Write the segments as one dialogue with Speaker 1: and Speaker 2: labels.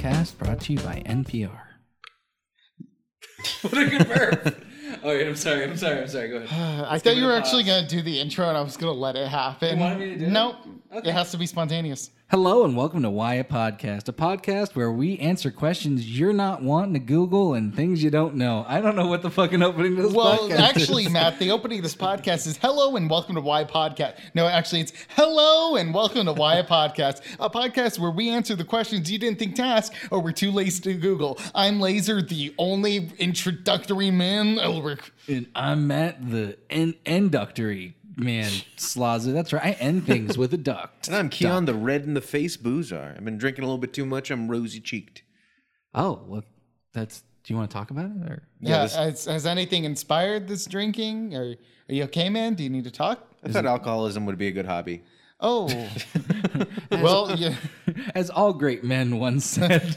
Speaker 1: to you by NPR.
Speaker 2: what a good burp. Oh, wait, I'm sorry. I'm sorry. I'm sorry. Go ahead.
Speaker 3: Uh, I
Speaker 2: Let's
Speaker 3: thought
Speaker 2: give it
Speaker 3: you
Speaker 2: a
Speaker 3: were actually
Speaker 2: pause.
Speaker 3: going to do the intro and I was going to let it happen.
Speaker 2: You wanted me to do it?
Speaker 3: Nope.
Speaker 2: Okay.
Speaker 3: It has to be spontaneous.
Speaker 1: Hello and welcome to Why a Podcast, a podcast where we answer questions you're not wanting to Google and things you don't know. I don't know what the fucking opening to this
Speaker 3: Well,
Speaker 1: podcast is.
Speaker 3: actually, Matt, the opening of this podcast is hello and welcome to Why Podcast. No, actually, it's hello and welcome to Why a Podcast, a podcast where we answer the questions you didn't think to ask or were too lazy to Google. I'm Laser, the only introductory man. Oh, Ulrich.
Speaker 1: And I'm at the en- enductory man slazza. That's right. I end things with a duct.
Speaker 4: And I'm Keon, the red in the face boozar. I've been drinking a little bit too much. I'm rosy cheeked.
Speaker 1: Oh, well, that's. Do you want to talk about it or?
Speaker 3: Yeah,
Speaker 4: this-
Speaker 3: has, has anything inspired this drinking? Or are you okay, man? Do you need to talk?
Speaker 4: I thought alcoholism would be a good hobby.
Speaker 3: Oh, well, yeah.
Speaker 1: As all great men once said.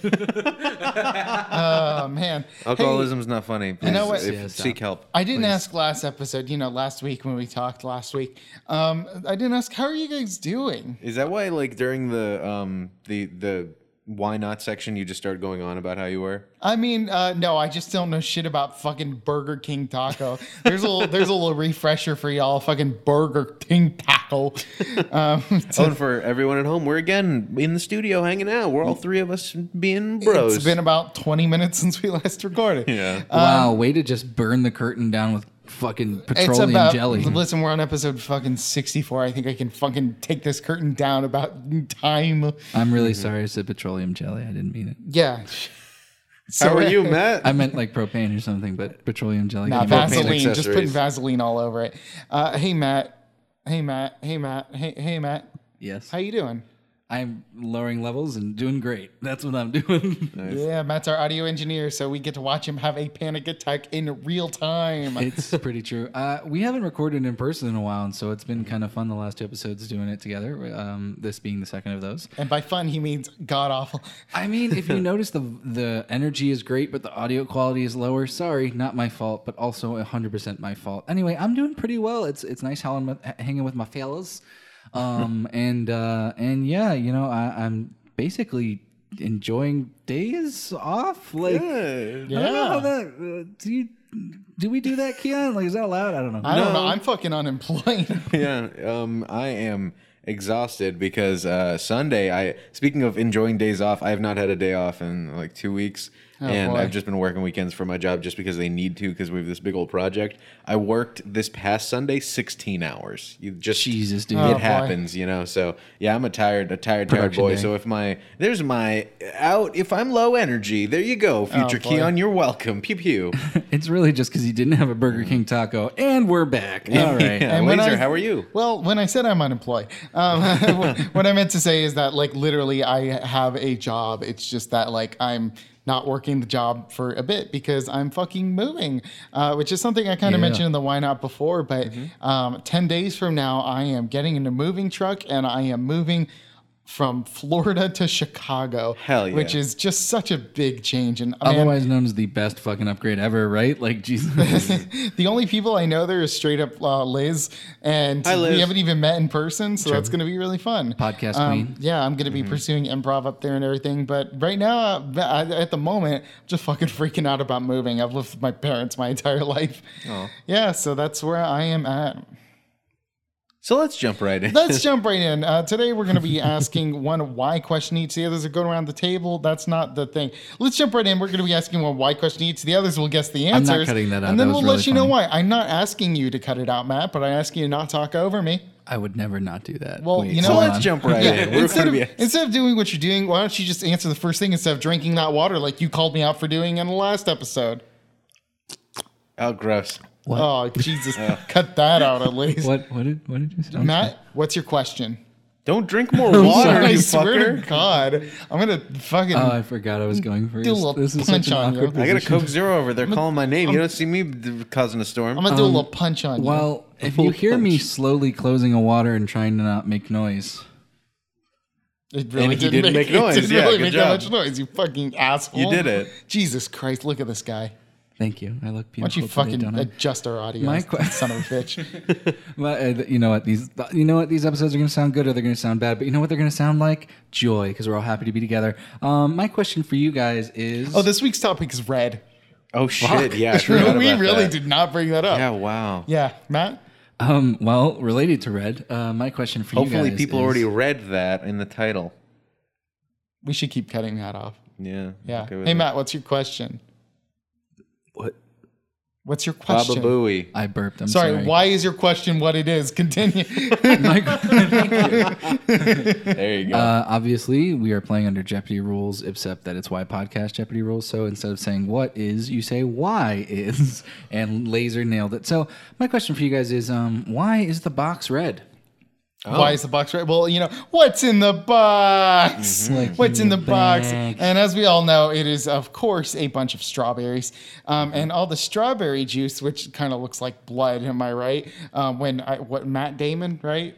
Speaker 3: Oh man,
Speaker 4: Alcoholism's not funny. Please,
Speaker 3: know what-
Speaker 4: if-
Speaker 1: Yeah, stop.
Speaker 4: seek help.
Speaker 3: I didn't ask last episode. You know, last week when we talked last week, um, I didn't ask how are you guys doing.
Speaker 4: Is that why, like during the um the the why not section, you just started going on about how you were?
Speaker 3: I mean, uh, no, I just don't know shit about fucking Burger King taco. There's a little, there's a little refresher for y'all. Fucking Burger King taco. Um,
Speaker 4: Oh, and for everyone at home, we're again in the studio hanging out. We're all three of us being bros.
Speaker 3: it's been about 20 minutes since we last recorded.
Speaker 4: yeah.
Speaker 1: wow, way to just burn the curtain down with fucking
Speaker 3: Um, It's
Speaker 1: petroleum
Speaker 3: about
Speaker 1: jelly.
Speaker 3: listen. We're on episode fucking sixty four. I think I can fucking take this curtain down about time.
Speaker 1: I'm really sorry I said petroleum jelly. I didn't mean it.
Speaker 3: Yeah.
Speaker 4: How are you, Matt?
Speaker 1: I meant like propane or something, but petroleum jelly.
Speaker 3: Nah,
Speaker 1: can be-
Speaker 4: propane
Speaker 3: Vaseline. Just putting
Speaker 4: accessories.
Speaker 3: Vaseline all over it. Uh, hey Matt. Hey Matt. Hey Matt. Hey hey Matt.
Speaker 1: yes.
Speaker 3: How you doing?
Speaker 1: I'm lowering levels and doing great. That's what I'm doing.
Speaker 3: Yeah, Matt's our audio engineer, so we get to watch him have a panic attack in real time.
Speaker 1: it's pretty true. Uh, we haven't recorded in person in a while, and so it's been kind of fun the last two episodes doing it together. Um, this being the second of those.
Speaker 3: And by fun, he means god awful.
Speaker 1: I mean, if you notice, the the energy is great, but the audio quality is lower. Sorry, not my fault, but also hundred percent my fault. Anyway, I'm doing pretty well. It's it's nice howling with, hanging with my fellas, um, and uh, and yeah, you know, I, I'm basically enjoying days off. Like, I don't know how
Speaker 3: Yeah.
Speaker 1: that uh, do you. Do we do that, Keon? Like, is that allowed? I don't know.
Speaker 3: I don't know. I'm fucking unemployed.
Speaker 4: yeah, um, I am exhausted because uh, Sunday. I speaking of enjoying days off, I have not had a day off in like two weeks, and
Speaker 1: Oh,
Speaker 3: boy.
Speaker 4: I've just been working weekends for my job just because they need to because we have this big old project. I worked this past Sunday sixteen hours. You just
Speaker 1: Jesus, dude.
Speaker 4: it
Speaker 1: Oh, boy.
Speaker 4: happens, you know. So yeah, I'm a tired, a tired, tired
Speaker 1: Production
Speaker 4: boy.
Speaker 1: day.
Speaker 4: So if my there's my out, if I'm low energy, there you
Speaker 1: Oh,
Speaker 4: go, future
Speaker 3: boy.
Speaker 4: Keon. You're welcome. Pew pew.
Speaker 1: It's really just because he didn't have a Burger King taco, and we're back. All right.
Speaker 4: Yeah,
Speaker 3: And when
Speaker 4: Laser,
Speaker 3: I-
Speaker 4: how are you?
Speaker 3: Well, when I said I'm unemployed, um, what I meant to say is that, like, literally, I have a job. It's just that, like, I'm not working the job for a bit because I'm fucking moving, uh, which is something I kind of
Speaker 1: Yeah.
Speaker 3: mentioned in the why not before. But um, 10 days from now, I am getting in a moving truck and I am moving from Florida to Chicago.
Speaker 4: Hell yeah.
Speaker 3: Which is just such a big change. And man,
Speaker 1: Otherwise known as the best fucking upgrade ever, right? Like, Jesus.
Speaker 3: the only people I know there is straight up uh, Liz, and
Speaker 4: Hi, Liz.
Speaker 3: we haven't even met in person, so that's going to be really fun. Um,
Speaker 1: Podcast queen. Mm-hmm.
Speaker 3: Yeah, I'm going to be pursuing improv up there and everything, but right now, uh, I- at the moment, I'm just fucking freaking out about moving. I've lived with my parents my entire life. Yeah, so that's where I am at.
Speaker 4: So let's jump right in.
Speaker 3: Let's jump right in. Uh, today we're going to be asking one why question each. The others are going around the table. That's not the thing. Let's jump right in. We're going to be asking one why question each. The others will guess the
Speaker 1: I'm
Speaker 3: answers.
Speaker 1: not cutting that out.
Speaker 3: And then
Speaker 1: That was
Speaker 3: we'll let
Speaker 1: really
Speaker 3: you know
Speaker 1: funny.
Speaker 3: why. I'm not asking you to cut it out, Matt, but I ask you to not talk over me.
Speaker 1: I would never not do that.
Speaker 3: Well, you know
Speaker 4: so
Speaker 3: what?
Speaker 4: let's jump right in. We're
Speaker 3: Instead
Speaker 4: gonna
Speaker 3: of,
Speaker 4: be
Speaker 3: instead of doing what you're doing, why don't you just answer the first thing instead of drinking that water like you called me out for doing in the last episode?
Speaker 4: oh gross.
Speaker 3: Oh, Jesus. Cut that out at least.
Speaker 1: What, what, did, what did you say?
Speaker 3: Matt, what's your question?
Speaker 4: Don't drink more water,
Speaker 3: I
Speaker 4: you
Speaker 3: swear
Speaker 4: fucker.
Speaker 3: to God. I'm going to fucking.
Speaker 1: Oh, I forgot I was going first.
Speaker 3: Mm-hmm. Do a little
Speaker 1: this is
Speaker 3: punch
Speaker 1: such an
Speaker 3: on you.
Speaker 1: awkward
Speaker 4: I got a
Speaker 1: position.
Speaker 4: Coke Zero over there calling my name. You don't see me d- causing a storm.
Speaker 3: I'm gonna do a little punch on you.
Speaker 1: Well, if you hear me slowly closing a water and trying to not make noise,
Speaker 3: It really
Speaker 4: And he didn't make
Speaker 3: it
Speaker 4: noise.
Speaker 3: didn't
Speaker 4: Yeah,
Speaker 3: really
Speaker 4: good
Speaker 3: make that
Speaker 4: job.
Speaker 3: much noise. You fucking asshole.
Speaker 4: You did it.
Speaker 3: Jesus Christ! Look at this guy.
Speaker 1: Thank you. I look beautiful.
Speaker 3: Why don't you
Speaker 1: today,
Speaker 3: fucking
Speaker 1: don't I?
Speaker 3: adjust our audio,
Speaker 1: My que-
Speaker 3: son of a bitch?
Speaker 1: Well, uh, th- you know what these you know what these episodes are going to sound good or they're going to sound bad, but you know what they're going to sound like joy because we're all happy to be together. Um, my question for you guys is
Speaker 3: Oh, this week's topic is red.
Speaker 4: Oh shit! Yeah, I
Speaker 3: we
Speaker 4: forgot about
Speaker 3: really
Speaker 4: that.
Speaker 3: did not bring that up.
Speaker 4: Yeah, wow.
Speaker 3: Yeah, Matt.
Speaker 1: um, well related to red. Uh, my question for you
Speaker 4: Hopefully,
Speaker 1: guys
Speaker 4: people
Speaker 1: is-
Speaker 4: already read that in the title.
Speaker 3: We should keep cutting that off.
Speaker 4: Yeah.
Speaker 3: Yeah.
Speaker 4: okay with
Speaker 3: hey,
Speaker 4: it.
Speaker 3: Matt, what's your question?
Speaker 1: What?
Speaker 3: What's your question?
Speaker 4: Baba Booey.
Speaker 1: I burped. I'm
Speaker 3: Sorry,
Speaker 1: sorry.
Speaker 3: why is your question what it is? Continue.
Speaker 1: My-
Speaker 4: There you go.
Speaker 1: Uh, obviously, we are playing under Jeopardy rules, except that it's why podcast Jeopardy rules. So instead of saying what is, you say why is, and laser nailed it. So my question for you guys is, um, why is the box red?
Speaker 3: Why is the box red? Well, you know, what's in the box?
Speaker 1: Like
Speaker 3: what's in the box?
Speaker 1: bag.
Speaker 3: And as we all know, it is, of course, a bunch of strawberries. Um, and all the strawberry juice, which kind of looks like blood, am I right? Um, when I, what Matt Damon, right?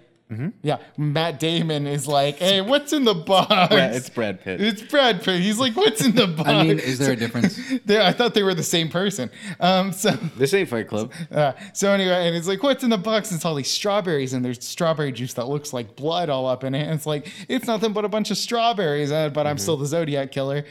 Speaker 3: Yeah, Matt Damon is like, hey, what's in the box?
Speaker 4: Brad- it's Brad Pitt.
Speaker 3: It's Brad Pitt. He's like, what's in the box?
Speaker 1: I mean, is there a difference?
Speaker 3: They- I thought they were the same person. Um, so
Speaker 4: this ain't Fight Club.
Speaker 3: uh, so anyway, and it's like, what's in the box? It's all these strawberries, and there's strawberry juice that looks like blood all up in it. And it's like, it's nothing but a bunch of strawberries. Uh, but I'm
Speaker 1: Mm-hmm.
Speaker 3: still the Zodiac killer.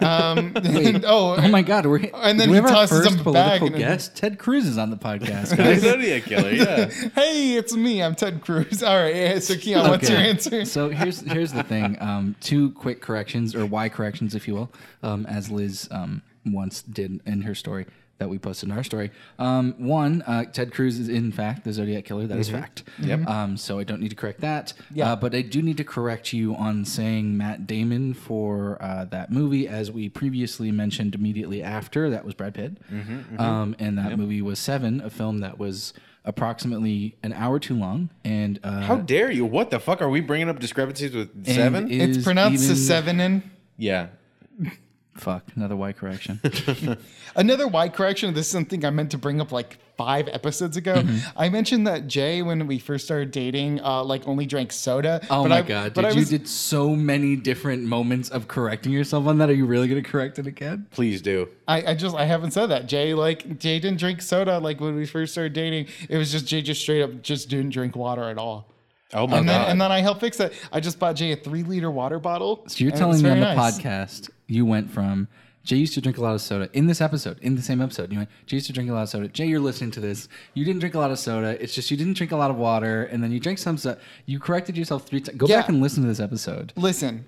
Speaker 3: Um, and- oh,
Speaker 1: Oh my God! We're
Speaker 3: And then
Speaker 1: do we
Speaker 3: he
Speaker 1: have our
Speaker 3: tosses
Speaker 1: first
Speaker 3: him back
Speaker 1: political
Speaker 3: and-
Speaker 1: guest. Ted Cruz is on the podcast.
Speaker 4: The
Speaker 1: guys.
Speaker 4: Zodiac Killer. Yeah.
Speaker 3: hey, it's me. I'm Ted Cruz. All right, yeah, so Keon, what's your
Speaker 1: Okay.
Speaker 3: answer?
Speaker 1: So here's here's the thing. Um, two quick corrections or why corrections, if you will, um, as Liz um, once did in her story that we posted in our story. Um, one, uh, Ted Cruz is in fact the Zodiac killer. That is fact. Yep. Um, so I don't need to correct that.
Speaker 3: Yeah.
Speaker 1: Uh, but I do need to correct you on saying Matt Damon for uh, that movie, as we previously mentioned immediately after. That was Brad Pitt. Um, and that movie was Seven, a film that was approximately an hour too long and uh,
Speaker 4: How dare you? What the fuck are we bringing up discrepancies with
Speaker 1: and
Speaker 4: seven?
Speaker 1: is
Speaker 3: It's pronounced
Speaker 1: even-
Speaker 3: a seven in.
Speaker 4: yeah.
Speaker 1: Fuck, another Y correction.
Speaker 3: Another Y correction. This is something I meant to bring up like five episodes ago.
Speaker 1: Mm-hmm.
Speaker 3: I mentioned that Jay, when we first started dating, uh, like only drank soda.
Speaker 1: Oh
Speaker 3: but
Speaker 1: my
Speaker 3: I-
Speaker 1: god,
Speaker 3: but
Speaker 1: dude,
Speaker 3: I
Speaker 1: you
Speaker 3: was-
Speaker 1: did so many different moments of correcting yourself on that. Are you really gonna correct it again?
Speaker 4: Please do.
Speaker 3: I, I just I haven't said that. Jay like Jay didn't drink soda like when we first started dating. It was just Jay just straight up just didn't drink water at all.
Speaker 4: Oh my
Speaker 3: And
Speaker 4: god.
Speaker 3: then and then I helped fix that. I just bought Jay a three liter water bottle.
Speaker 1: So you're
Speaker 3: and it was
Speaker 1: telling me on the
Speaker 3: very nice.
Speaker 1: podcast you went from Jay used to drink a lot of soda in this episode, in the same episode. You went, Jay used to drink a lot of soda. Jay, you're listening to this. You didn't drink a lot of soda. It's just you didn't drink a lot of water, and then you drank some soda. You corrected yourself three times. Go
Speaker 3: Yeah.
Speaker 1: back and listen to this episode.
Speaker 3: Listen,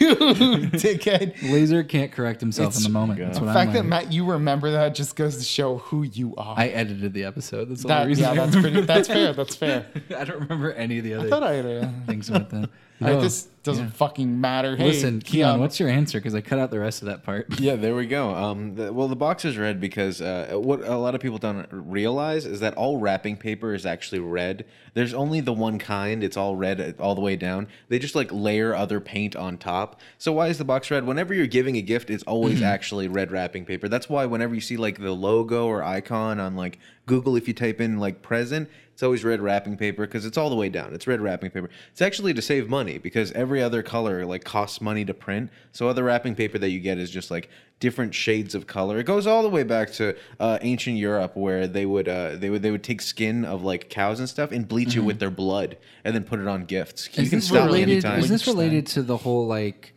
Speaker 3: you, dickhead.
Speaker 1: Laser can't correct himself in the moment. That's what
Speaker 3: The
Speaker 1: I'm
Speaker 3: fact that
Speaker 1: learning.
Speaker 3: Matt, you remember that just goes to show who you are.
Speaker 1: I edited the episode. That's the
Speaker 3: That-
Speaker 1: only reason.
Speaker 3: yeah,
Speaker 1: I
Speaker 3: that's pretty. That's fair. That's fair.
Speaker 1: I don't remember any of the other
Speaker 3: I thought I had a-
Speaker 1: things about that.
Speaker 3: Right,
Speaker 1: Oh,
Speaker 3: this doesn't fucking matter. Hey,
Speaker 1: listen, Keon, what's your answer? Because I cut out the rest of that part.
Speaker 4: Yeah, there we go. Um, the, well, the box is red because uh, what a lot of people don't realize is that all wrapping paper is actually red. There's only the one kind. It's all red uh, all the way down. They just like layer other paint on top. So why is the box red? Whenever you're giving a gift, it's always actually red wrapping paper. That's why whenever you see like the logo or icon on like Google, if you type in like present, it's always red wrapping paper because it's all the way down. It's red wrapping paper. It's actually to save money because every other color like costs money to print. So other wrapping paper that you get is just like different shades of color. It goes all the way back to uh, ancient Europe where they would uh, they would they would take skin of like cows and stuff and bleach it with their blood and then put it on gifts. You can
Speaker 1: Mm-hmm. this
Speaker 4: stop
Speaker 1: related,
Speaker 4: anytime.
Speaker 1: is this related to the whole like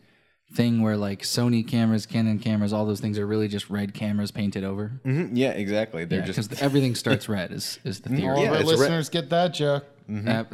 Speaker 1: thing where like Sony cameras, Canon cameras, all those things are really just red cameras painted over?
Speaker 4: Mhm, yeah, exactly. They're
Speaker 1: Because
Speaker 4: just
Speaker 1: everything starts red is is the
Speaker 3: All
Speaker 1: theory.
Speaker 4: Yeah,
Speaker 3: of our
Speaker 4: it's a re-
Speaker 3: listeners get that joke.
Speaker 4: Mm-hmm.
Speaker 1: Uh,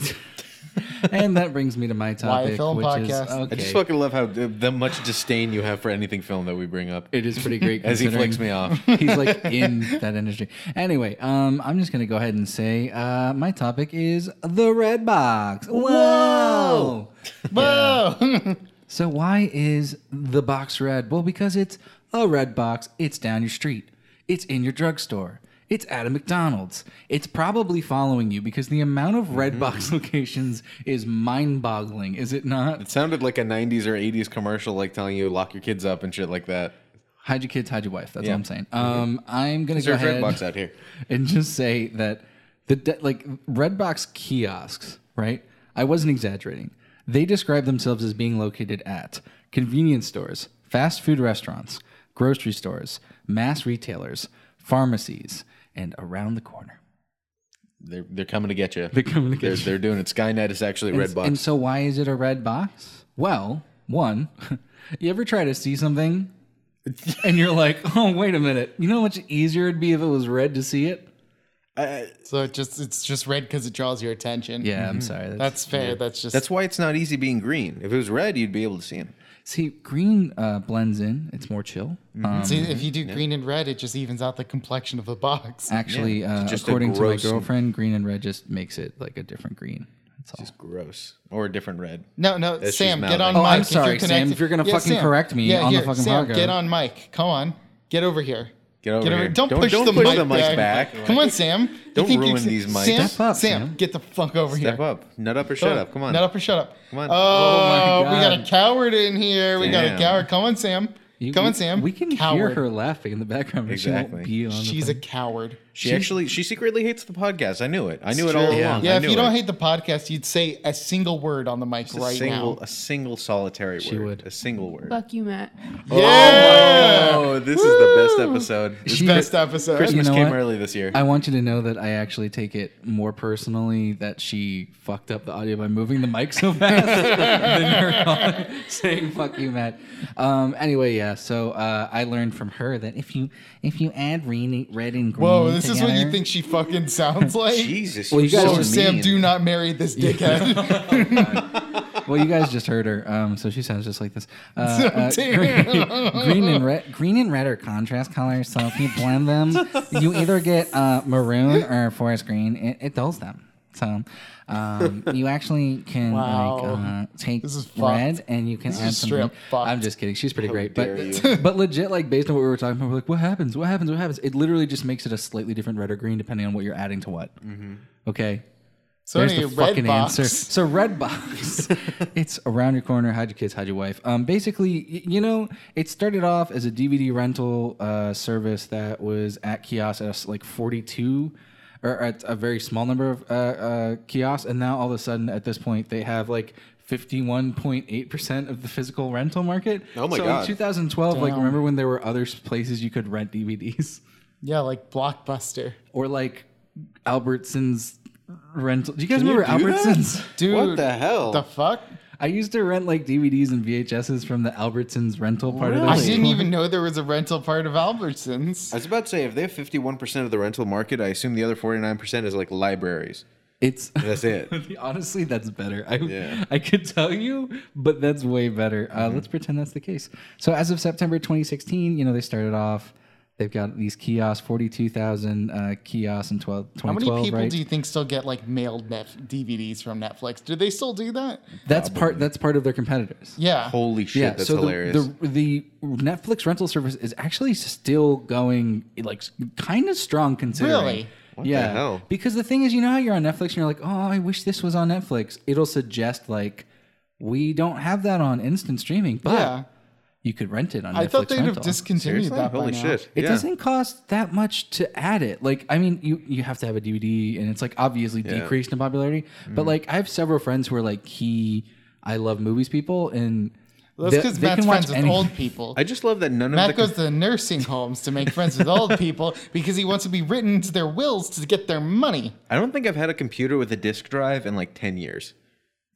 Speaker 1: and that brings me to my topic,
Speaker 3: film
Speaker 1: which
Speaker 3: podcast.
Speaker 1: is
Speaker 3: I
Speaker 1: okay.
Speaker 4: I just fucking love how uh, the much disdain you have for anything film that we bring up.
Speaker 1: it is pretty great
Speaker 4: As he
Speaker 1: considering-
Speaker 4: flicks me off.
Speaker 1: He's like in that industry. Anyway, um, I'm just gonna go ahead and say uh, my topic is the red box. Whoa!
Speaker 3: Whoa.
Speaker 1: So why is the box red? Well, because it's a red box. It's down your street. It's in your drugstore. It's at a McDonald's. It's probably following you because the amount of red box
Speaker 4: Mm-hmm.
Speaker 1: locations is mind-boggling. Is it not?
Speaker 4: It sounded like a 90s or 80s commercial, like telling you lock your kids up and shit like that.
Speaker 1: Hide your kids, hide your wife. That's
Speaker 4: Yeah.
Speaker 1: what I'm saying. Um, I'm gonna go
Speaker 4: There's
Speaker 1: ahead.
Speaker 4: red box out here.
Speaker 1: and just say that the de- like Redbox kiosks, right? I wasn't exaggerating. They describe themselves as being located at convenience stores, fast food restaurants, grocery stores, mass retailers, pharmacies, and around the corner.
Speaker 4: They're they're coming to get you.
Speaker 1: They're coming to get
Speaker 4: They're,
Speaker 1: you.
Speaker 4: they're doing it. Skynet is actually red box.
Speaker 1: And so, why is it a red box? Well, one, you ever try to see something and you're like, oh, wait a minute. You know how much easier it'd be if it was red to see it?
Speaker 3: So it just it's just red because it draws your attention.
Speaker 1: Yeah,
Speaker 4: Mm-hmm.
Speaker 1: I'm sorry. That's,
Speaker 3: That's fair. That's just
Speaker 4: That's why it's not easy being green. If it was red, you'd be able to see him.
Speaker 1: see, green uh, blends in, it's more chill. Um,
Speaker 3: See, if you do green and red, it just evens out the complexion of the box.
Speaker 1: actually,
Speaker 4: Yeah,
Speaker 1: uh,
Speaker 4: it's just a
Speaker 1: according to my
Speaker 4: gross-
Speaker 1: girlfriend, green and red just makes it like a different green. That's all.
Speaker 4: Just gross or a different red.
Speaker 3: No, no,
Speaker 4: she's
Speaker 3: Sam, get
Speaker 4: mouthing.
Speaker 3: on mic.
Speaker 1: Oh, I'm
Speaker 3: if
Speaker 1: sorry,
Speaker 3: you're
Speaker 1: Sam,
Speaker 3: connected.
Speaker 1: if you're gonna fucking correct me on the fucking
Speaker 3: Sam,
Speaker 1: podcast.
Speaker 3: Get on mic. Come on. Get over here.
Speaker 4: Get over here.
Speaker 3: Don't,
Speaker 4: Don't-
Speaker 3: push,
Speaker 4: don't
Speaker 3: the,
Speaker 4: push
Speaker 3: mic
Speaker 4: the mic
Speaker 3: back.
Speaker 4: back.
Speaker 3: Come on, Sam. You
Speaker 4: Don't
Speaker 3: think you
Speaker 4: ruin
Speaker 3: can-
Speaker 4: these mics.
Speaker 3: Sam,
Speaker 1: Step up, Sam.
Speaker 3: get the fuck over here.
Speaker 4: Step up. Nut up or shut up. Come on.
Speaker 3: Not up or shut up.
Speaker 4: Come on.
Speaker 3: Oh,
Speaker 1: Oh my
Speaker 3: my God. we got a
Speaker 1: God.
Speaker 3: coward in here. We got a
Speaker 4: Damn.
Speaker 3: coward. Come on, Sam.
Speaker 1: You-
Speaker 3: Come on,
Speaker 1: we-
Speaker 3: Sam.
Speaker 1: We can hear
Speaker 3: Coward.
Speaker 1: her laughing in the background. but She
Speaker 4: Exactly.
Speaker 1: won't be on the
Speaker 3: She's a
Speaker 1: thing.
Speaker 3: coward.
Speaker 4: She actually she secretly hates the podcast. I knew it. I knew it all
Speaker 3: True.
Speaker 4: along.
Speaker 3: Yeah,
Speaker 4: I
Speaker 3: if
Speaker 4: knew
Speaker 3: you don't
Speaker 4: it.
Speaker 3: hate the podcast, you'd say a single word on the mic
Speaker 4: Just
Speaker 3: right
Speaker 4: a single
Speaker 3: now.
Speaker 4: a single solitary word.
Speaker 1: would.
Speaker 4: A single word.
Speaker 5: Fuck you, Matt.
Speaker 3: Yeah.
Speaker 4: Oh, this is the best episode. This
Speaker 1: She-
Speaker 3: Best episode.
Speaker 1: You
Speaker 4: Christmas
Speaker 1: know
Speaker 4: came
Speaker 1: what?
Speaker 4: early this year.
Speaker 1: I want you to know that I actually take it more personally that she fucked up the audio by moving the mic so fast than you're saying "fuck you, Matt." Um, anyway, yeah. So uh, I learned from her that if you if you add green, red and green,
Speaker 3: Whoa, this is what you
Speaker 1: together-
Speaker 3: think she fucking sounds like?
Speaker 4: Jesus.
Speaker 1: Well, you
Speaker 4: you're
Speaker 1: guys
Speaker 3: Whoa,
Speaker 1: are
Speaker 4: so
Speaker 3: Sam,
Speaker 4: mean.
Speaker 3: do not marry this dickhead.
Speaker 1: Well, you guys just heard her, um, so she sounds just like this. Uh, uh,
Speaker 3: Damn.
Speaker 1: green, green and red, green and red are contrast colors. So if you blend them, you either get uh, maroon or forest green. It, it dulls them. So um, you actually can
Speaker 3: Wow.
Speaker 1: like uh, take
Speaker 3: This is fucked.
Speaker 1: red and you can
Speaker 3: This
Speaker 1: add
Speaker 3: is
Speaker 1: some.
Speaker 3: straight
Speaker 1: green.
Speaker 3: up fucked.
Speaker 1: I'm just kidding. She's pretty great,
Speaker 4: dare
Speaker 1: but but legit, like based on what we were talking about, we're like, what happens? What happens? What happens? It literally just makes it a slightly different red or green depending on what you're adding to what.
Speaker 3: Mm-hmm.
Speaker 1: Okay,
Speaker 3: so
Speaker 1: there's
Speaker 3: anyway,
Speaker 1: the fucking
Speaker 3: red box.
Speaker 1: answer. So red box. it's around your corner. Hide your kids. Hide your wife. Um, basically, y- you know, it started off as a DVD rental uh, service that was at kiosks at s- like 42 or at a very small number of uh, uh, kiosks, and now all of a sudden, at this point, they have like. 51.8% of the physical rental market.
Speaker 4: Oh my
Speaker 1: so
Speaker 4: God.
Speaker 1: in 2012, like
Speaker 3: Damn.
Speaker 1: remember when there were other s- places you could rent DVDs?
Speaker 3: Yeah, like Blockbuster.
Speaker 1: Or like Albertsons rental. Do you guys
Speaker 4: you
Speaker 1: remember
Speaker 4: do that?
Speaker 1: Albertsons?
Speaker 3: Dude,
Speaker 4: What the hell?
Speaker 3: The fuck?
Speaker 1: I used to rent like DVDs and VHSs from the Albertsons rental part
Speaker 4: Really?
Speaker 1: of
Speaker 3: I
Speaker 1: the
Speaker 3: didn't even know there was a rental part of Albertsons.
Speaker 4: I was about to say if they have fifty one percent of the rental market, I assume the other forty nine percent is like libraries.
Speaker 1: It's
Speaker 4: That's it.
Speaker 1: honestly that's better. I
Speaker 4: Yeah.
Speaker 1: I could tell you, but that's way better. Uh, Let's pretend that's the case. So as of September 2016, you know they started off. They've got these kiosks, 42,000 uh, kiosks in 12,
Speaker 3: How many
Speaker 1: 2012,
Speaker 3: people
Speaker 1: right?
Speaker 3: do you think still get like mailed nef- DVDs from Netflix? Do they still do that?
Speaker 1: that's part. That's part of their competitors.
Speaker 3: Yeah.
Speaker 4: Holy shit, that's
Speaker 1: so the-
Speaker 4: hilarious.
Speaker 1: The, the Netflix rental service is actually still going like kind of strong considering.
Speaker 3: Really?
Speaker 4: What the hell?
Speaker 1: Because the thing is, you know how you're on Netflix and you're like, oh, I wish this was on Netflix. It'll suggest like, we don't have that on instant streaming, but
Speaker 3: yeah.
Speaker 1: you could rent it on
Speaker 3: I
Speaker 1: Netflix
Speaker 3: thought they'd
Speaker 1: rental.
Speaker 3: have discontinued
Speaker 4: Seriously?
Speaker 3: that. by
Speaker 4: Holy
Speaker 3: now.
Speaker 4: shit.
Speaker 1: It
Speaker 4: yeah.
Speaker 1: doesn't cost that much to add it. Like, I mean, you you have to have a DVD, and it's like obviously decreased in popularity.
Speaker 4: Mm-hmm.
Speaker 1: But like, I have several friends who are like key, I love movies people, and
Speaker 3: That's
Speaker 1: they-
Speaker 3: because
Speaker 1: they
Speaker 3: Matt's
Speaker 1: can watch
Speaker 3: friends with
Speaker 1: any-
Speaker 3: old people.
Speaker 4: I just love that none of the
Speaker 3: Matt goes to the nursing homes to make friends with old people because he wants to be written into their wills to get their money.
Speaker 4: I don't think I've had a computer with a disk drive in like 10 years.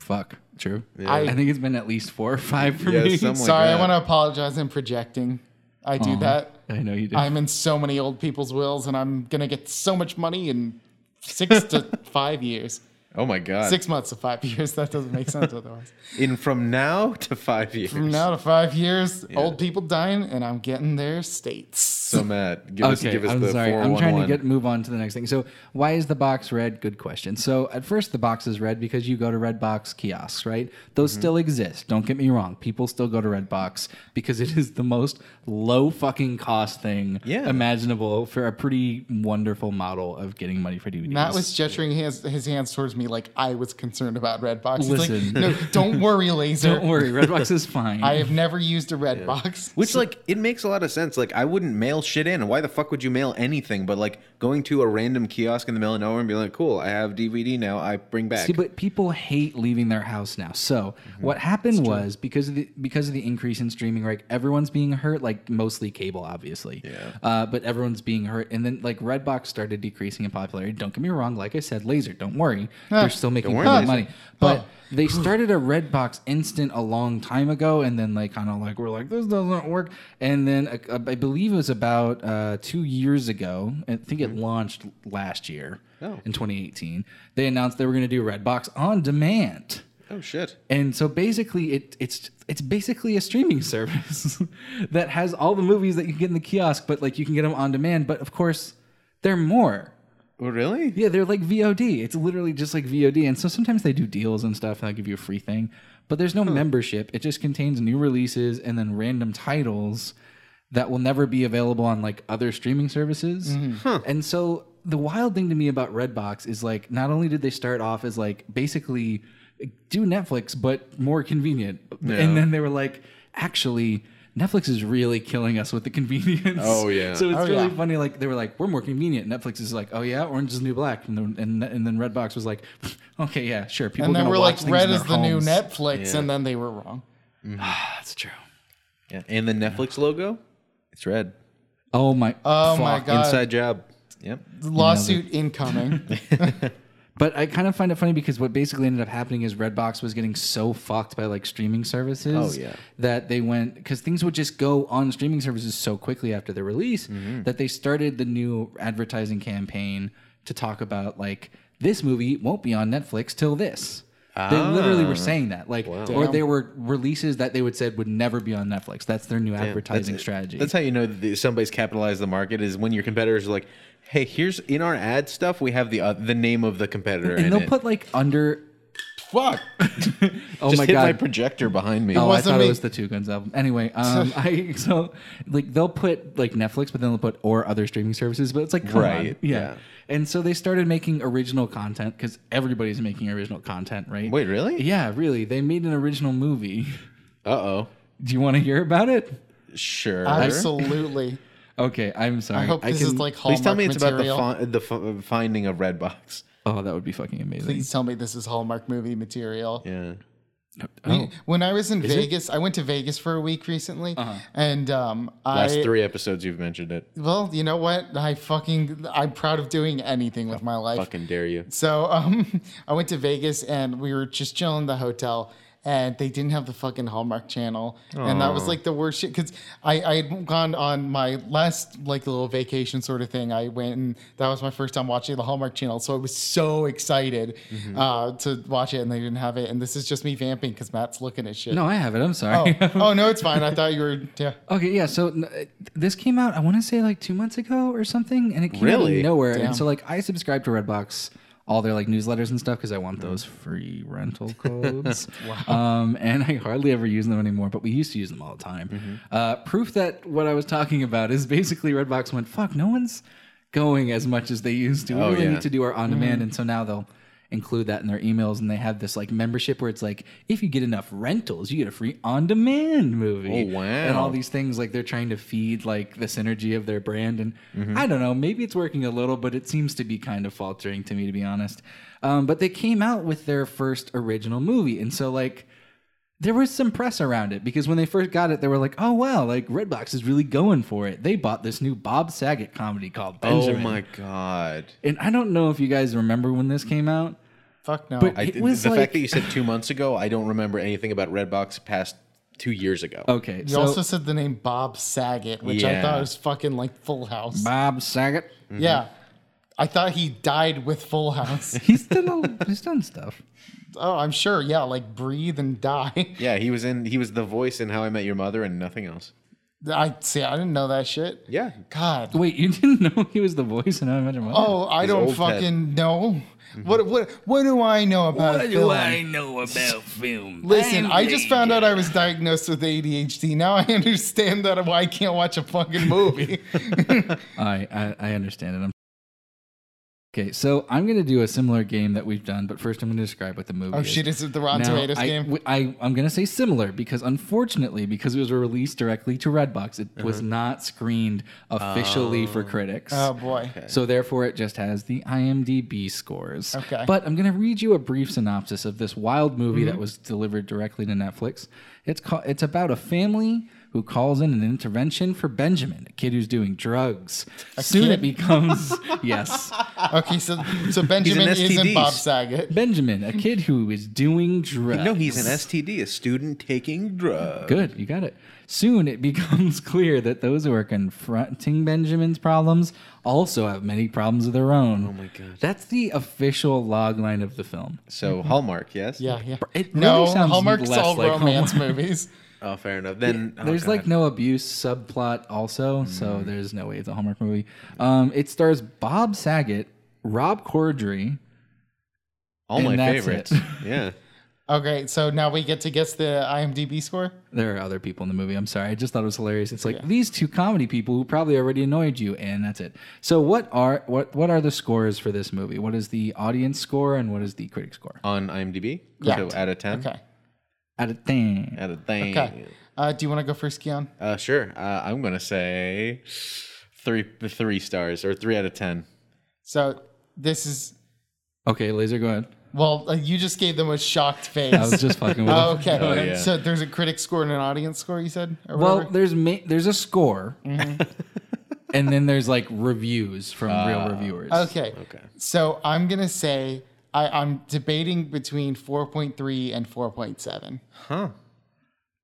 Speaker 1: Fuck, true.
Speaker 3: I-
Speaker 1: I, think it's been at least four or five for
Speaker 4: Yeah,
Speaker 1: me.
Speaker 4: some- like
Speaker 3: Sorry, I
Speaker 4: that.
Speaker 3: want to apologize. I'm projecting. I do that.
Speaker 1: I know you do.
Speaker 3: I'm in so many old people's wills, and I'm gonna get so much money in six to five years.
Speaker 4: Oh my god.
Speaker 3: Six months to five years. That doesn't make sense otherwise.
Speaker 4: In from now to 5 years.
Speaker 3: From now to five years, old people dying, and I'm getting their states.
Speaker 4: so Matt, give us
Speaker 1: Okay,
Speaker 4: give us
Speaker 1: I'm
Speaker 4: the
Speaker 1: sorry. I'm
Speaker 4: 411.
Speaker 1: trying to get move on to the next thing. So, why is the box red? Good question. So, at first, the box is red because you go to Red Box kiosks, right? Those
Speaker 4: Mm-hmm.
Speaker 1: still exist. Don't get me wrong. People still go to Red Box because it is the most low fucking cost thing
Speaker 4: Yeah.
Speaker 1: imaginable for a pretty wonderful model of getting money for DVDs.
Speaker 3: Matt was gesturing his, his hands towards me like I was concerned about red box. It's
Speaker 1: Listen.
Speaker 3: like, no, don't worry, laser.
Speaker 1: Don't worry, Redbox is fine.
Speaker 3: I have never used a red box.
Speaker 4: Which like it makes a lot of sense. Like I wouldn't mail shit in. Why the fuck would you mail anything? But like going to a random kiosk in the middle of nowhere and being like, "Cool, I have DVD now. I bring back." Mm-hmm.
Speaker 1: See, but people hate leaving their house now. So what happened was because of the because of the increase in streaming, like everyone's being hurt, like mostly cable, obviously. Yeah. Uh, but everyone's being hurt, and then like Redbox started decreasing in popularity. Don't get me wrong. Like I said, Laser, don't worry, they're still making
Speaker 4: worry,
Speaker 1: good
Speaker 4: Laser.
Speaker 1: money. But they started a Redbox Instant a long time ago, and then like kind of like we're like this doesn't work, and then uh, I believe it was about uh, two years ago. I think it launched last year
Speaker 4: Oh.
Speaker 1: in 2018, they announced they were going to do Redbox on demand.
Speaker 4: oh shit.
Speaker 1: And so basically, it, it's it's basically a streaming service that has all the movies that you can get in the kiosk, but like you can get them on demand. But of course, they're more.
Speaker 4: Oh really?
Speaker 1: Yeah, they're like VOD. It's literally just like VOD. And so sometimes they do deals and stuff, and they'll give you a free thing. But there's no membership. It just contains new releases and then random titles that will never be available on like other streaming services.
Speaker 4: Mm-hmm.
Speaker 1: And so the wild thing to me about Redbox is like not only did they start off as like basically do Netflix but more convenient. And then they were like actually Netflix is really killing us with the convenience.
Speaker 4: Oh, yeah.
Speaker 1: So it's
Speaker 3: Oh,
Speaker 1: really
Speaker 3: yeah.
Speaker 1: funny. Like they were like, we're more convenient. Netflix is like, oh yeah, Orange is the New Black, and then and, and then Redbox was like, okay, yeah, sure. People
Speaker 3: and then
Speaker 1: gonna
Speaker 3: we're
Speaker 1: watch
Speaker 3: like,
Speaker 1: things
Speaker 3: red
Speaker 1: in
Speaker 3: is
Speaker 1: their
Speaker 3: the new
Speaker 1: homes.
Speaker 3: Netflix,
Speaker 4: Yeah.
Speaker 3: and then they were wrong.
Speaker 1: That's true.
Speaker 4: Yeah. And the Netflix logo, it's red.
Speaker 1: Oh my.
Speaker 3: Oh my
Speaker 1: fuck.
Speaker 3: god!
Speaker 4: Inside job. Yep.
Speaker 3: Lawsuit incoming.
Speaker 1: But I kind of find it funny because what basically ended up happening is Redbox was getting so fucked by like streaming services
Speaker 4: Oh, yeah.
Speaker 1: that they went because things would just go on streaming services so quickly after their release
Speaker 4: Mm-hmm.
Speaker 1: that they started the new advertising campaign to talk about like this movie won't be on Netflix till this. They literally were
Speaker 4: Ah.
Speaker 1: saying that, like, or
Speaker 3: Damn.
Speaker 1: there were releases that they would said would never be on Netflix. That's their new advertising
Speaker 4: That's-
Speaker 1: strategy.
Speaker 4: That's how you know that somebody's capitalized the market is when your competitors are like, "Hey, here's in our ad stuff we have the uh, the name of the competitor." in
Speaker 1: and they'll
Speaker 4: it."
Speaker 1: put like under.
Speaker 3: Fuck.
Speaker 1: Oh
Speaker 4: Just
Speaker 1: my
Speaker 4: hit
Speaker 1: god!
Speaker 4: my projector behind me.
Speaker 1: Oh, I
Speaker 3: wasn't
Speaker 1: thought
Speaker 3: me.
Speaker 1: it was the Two Guns album. Anyway, um, I so like they'll put like Netflix, but then they'll put or other streaming services. But it's like come on.
Speaker 4: Right,
Speaker 1: yeah.
Speaker 4: yeah.
Speaker 1: And so they started making original content because everybody's making original content, right?
Speaker 4: Wait, really?
Speaker 1: Yeah, really. They made an original movie.
Speaker 4: Uh oh.
Speaker 1: Do you want to hear about it?
Speaker 4: Sure.
Speaker 3: Absolutely.
Speaker 1: Okay, I'm sorry.
Speaker 3: I hope this is like Hallmark
Speaker 4: Please tell me it's
Speaker 3: material.
Speaker 4: about the, fi- the f- finding of Redbox.
Speaker 1: Oh, that would be fucking amazing.
Speaker 3: Please tell me this is Hallmark movie material.
Speaker 4: Yeah.
Speaker 1: Oh.
Speaker 3: When I was in Vegas, I went to Vegas for a week recently, and um,
Speaker 4: Last
Speaker 3: I
Speaker 4: three episodes you've mentioned it.
Speaker 3: well, you know what? I fucking I'm proud of doing anything with my life.
Speaker 4: Fucking dare you.
Speaker 3: So um, I went to Vegas and we were just chilling in the hotel. And they didn't have the fucking Hallmark Channel, and that was like the worst shit. Because I I had gone on my last like little vacation sort of thing. I went and that was my first time watching the Hallmark Channel, so I was so excited uh, to watch it, and they didn't have it. And this is just me vamping because Matt's looking at shit.
Speaker 1: No, I have it. I'm sorry.
Speaker 3: Oh, oh, no, it's fine. I thought you were yeah.
Speaker 1: Okay, yeah. So n- uh, this came out, I want to say like two months ago or something, and it came out
Speaker 4: Really?
Speaker 1: of nowhere.
Speaker 3: Damn.
Speaker 1: And so like I subscribe to Redbox, all their like newsletters and stuff because I want those free rental codes. Um, and I hardly ever use them anymore, but we used to use them all the time.
Speaker 4: Mm-hmm.
Speaker 1: Uh, proof that what I was talking about is basically Redbox went fuck. No one's going as much as they used to. We
Speaker 4: Oh,
Speaker 1: really
Speaker 4: yeah.
Speaker 1: need to do our on demand, and so now they'll include that in their emails and they have this like membership where it's like if you get enough rentals you get a free on demand movie
Speaker 4: Oh, wow.
Speaker 1: and all these things like they're trying to feed like the synergy of their brand and
Speaker 4: Mm-hmm.
Speaker 1: i don't know maybe it's working a little but it seems to be kind of faltering to me to be honest um, but they came out with their first original movie and so like there was some press around it because when they first got it, they were like, "Oh wow, like Redbox is really going for it." They bought this new Bob Saget comedy called Benjamin,
Speaker 4: Oh my god.
Speaker 1: and I don't know if you guys remember when this came out.
Speaker 3: Fuck no.
Speaker 1: But-
Speaker 4: I,
Speaker 1: It
Speaker 4: the
Speaker 1: was like-
Speaker 4: fact that you said two months ago, I don't remember anything about Redbox past two years ago.
Speaker 1: Okay,
Speaker 3: you also said the name Bob Saget, which I
Speaker 4: Yeah.
Speaker 3: thought was fucking like Full House.
Speaker 1: Bob Saget, Mm-hmm.
Speaker 3: Yeah. I thought he died with Full House.
Speaker 1: he's still he's done stuff.
Speaker 3: oh, I'm sure. Yeah, like breathe and die.
Speaker 4: Yeah, he was in. He was the voice in How I Met Your Mother and nothing else.
Speaker 3: I see. I didn't know that shit.
Speaker 4: Yeah.
Speaker 3: God.
Speaker 1: Wait, you didn't know he was the voice in How I Met Your Mother?
Speaker 3: Oh, I
Speaker 4: His
Speaker 3: don't
Speaker 4: old head.
Speaker 3: fucking know.
Speaker 1: Mm-hmm.
Speaker 3: What what what do I know about
Speaker 2: What do
Speaker 3: film?
Speaker 2: I know about film?
Speaker 3: Listen,
Speaker 2: I'm
Speaker 3: I just found out I was diagnosed with ADHD. Now I understand that why I can't watch a fucking movie.
Speaker 1: I, I I understand it. I'm Okay, so I'm going to do a similar game that we've done, but first I'm going to describe what the movie
Speaker 3: Oh
Speaker 1: is.
Speaker 3: shit! Is it the Rotten
Speaker 1: Now,
Speaker 3: Tomatoes
Speaker 1: I,
Speaker 3: game?
Speaker 1: w- I, am going to say similar because unfortunately, because it was released directly to Redbox, it was not screened officially for critics.
Speaker 3: Uh-huh. Oh boy.
Speaker 1: So therefore, it just has the IMDb scores.
Speaker 3: Okay.
Speaker 1: But I'm going to read you a brief synopsis of this wild movie that was delivered directly to Netflix. It's called. It's about a family who calls in an intervention for Benjamin, a kid who's doing drugs. Soon
Speaker 3: kid?
Speaker 1: it becomes yes,
Speaker 3: Okay, so so Benjamin
Speaker 4: STDs.
Speaker 3: isn't Bob Saget.
Speaker 1: Benjamin, a kid who is doing drugs.
Speaker 4: No, he's an STD, a student taking drugs.
Speaker 1: Uh, Good, you got it. Soon it becomes clear that those who are confronting Benjamin's problems also have many problems of their own. Oh my god. That's the official log line of the film.
Speaker 4: So Hallmark, yes.
Speaker 3: Yeah, yeah.
Speaker 1: It
Speaker 3: No,
Speaker 1: really sounds
Speaker 3: Hallmark's
Speaker 1: less
Speaker 3: all
Speaker 1: like
Speaker 3: romance
Speaker 1: Hallmark.
Speaker 3: movies.
Speaker 4: Oh, fair enough. Then oh,
Speaker 1: There's like
Speaker 4: God.
Speaker 1: no abuse subplot also,
Speaker 3: Mm.
Speaker 1: so there's no way it's a Hallmark movie. Um, it stars Bob Saget, Rob Corddry.
Speaker 4: all
Speaker 1: and
Speaker 4: my
Speaker 1: that's
Speaker 4: favorites.
Speaker 1: it.
Speaker 4: yeah.
Speaker 3: Okay, so now we get to guess the IMDb score.
Speaker 1: There are other people in the movie. I'm sorry. I just thought it was hilarious. It's like these two comedy people who probably already annoyed you, and that's it. So what are what what are the scores for this movie? What is the audience score and what is the critic score?
Speaker 4: On IMDb.
Speaker 3: Correct.
Speaker 4: So out of ten.
Speaker 3: Okay.
Speaker 1: Out of ten.
Speaker 4: Out of thing.
Speaker 3: Okay. Uh, do you want to go first, Keon?
Speaker 4: Uh, sure. Uh, I'm gonna say three three stars or three out of ten.
Speaker 3: So this is
Speaker 1: Okay, laser, go ahead.
Speaker 3: well. Uh, you just gave them a shocked
Speaker 1: I
Speaker 3: face.
Speaker 1: was just fucking with.
Speaker 3: Oh,
Speaker 1: you.
Speaker 3: okay.
Speaker 4: Oh, yeah.
Speaker 3: So there's a critic score and an audience score. You said. Or
Speaker 1: Well,
Speaker 3: whatever? Mm-hmm.
Speaker 1: there's ma- there's a score, and then there's like reviews from real reviewers.
Speaker 3: Ah. Okay. Okay. So I'm gonna say I, I'm debating between 4.3 and 4.7.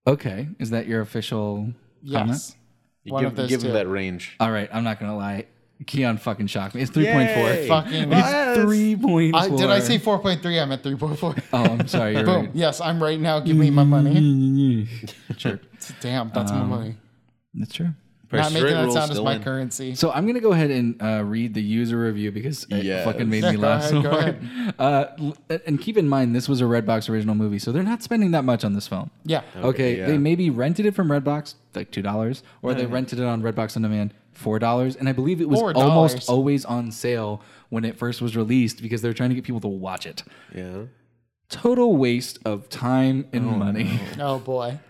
Speaker 1: Okay, is that your official?
Speaker 3: Yes.
Speaker 1: Comment?
Speaker 4: You
Speaker 3: One
Speaker 4: give,
Speaker 3: of those
Speaker 4: give
Speaker 3: two.
Speaker 4: them that range.
Speaker 1: All right, I'm not gonna lie. Keon fucking shocked me. It's three point
Speaker 4: Yay.
Speaker 1: four.
Speaker 3: Fucking.
Speaker 1: It's three point
Speaker 3: I,
Speaker 1: four.
Speaker 3: did I say 4.3? I'm at 3.4.
Speaker 1: Oh, Mm. I'm sorry. You're
Speaker 3: Boom.
Speaker 1: right.
Speaker 3: Yes, I'm right now. Give me my money.
Speaker 1: Sure.
Speaker 3: Damn, that's
Speaker 1: Um,
Speaker 3: my money.
Speaker 1: That's true.
Speaker 4: Price
Speaker 3: Not
Speaker 4: is
Speaker 3: making
Speaker 4: Right
Speaker 3: that
Speaker 4: rules
Speaker 3: sound is
Speaker 4: still
Speaker 3: my
Speaker 4: in.
Speaker 3: currency.
Speaker 1: So I'm gonna go ahead and uh, read the user review because it
Speaker 4: Yes.
Speaker 1: fucking made
Speaker 3: Yeah,
Speaker 1: me
Speaker 3: go
Speaker 1: laugh
Speaker 3: ahead,
Speaker 1: so
Speaker 3: go
Speaker 1: hard. Uh, l- and keep in mind, this was a Redbox original movie, so they're not spending that much on this film.
Speaker 3: Yeah.
Speaker 1: Okay,
Speaker 4: yeah.
Speaker 1: they maybe rented it from Redbox, like two dollars, or they rented it on Redbox on demand, four dollars, and I believe it was
Speaker 3: $4.
Speaker 1: almost always on sale when it first was released because they were trying to get people to watch it.
Speaker 4: Yeah.
Speaker 1: Total waste of time and money.
Speaker 3: Oh boy.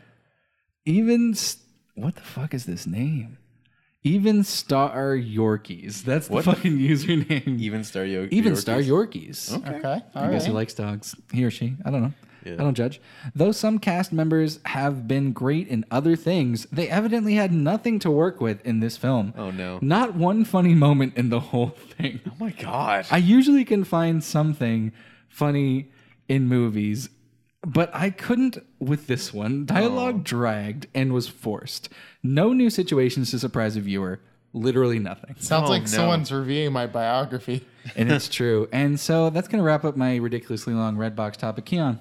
Speaker 1: Even s- what the fuck is this name? Even Star Yorkies. That's the fucking username.
Speaker 4: Even Star Yo-
Speaker 1: Even
Speaker 4: Yorkies?
Speaker 1: Star Yorkies.
Speaker 3: Okay. All
Speaker 1: I guess he
Speaker 3: right.
Speaker 1: likes dogs. He or she. I don't know. I don't judge. Though some cast members have been great in other things, they evidently had nothing to work with in this film.
Speaker 4: Oh, no.
Speaker 1: Not one funny moment in the whole thing.
Speaker 4: Oh my god.
Speaker 1: I usually can find something funny in movies, but I couldn't with this one.
Speaker 4: Oh.
Speaker 1: Dialogue dragged and was forced. No new situations to surprise a viewer. Literally nothing.
Speaker 3: Sounds
Speaker 4: Oh,
Speaker 3: like
Speaker 4: no.
Speaker 3: someone's reviewing my biography.
Speaker 1: and it's true. And so that's going to wrap up my ridiculously long red box topic. Keon.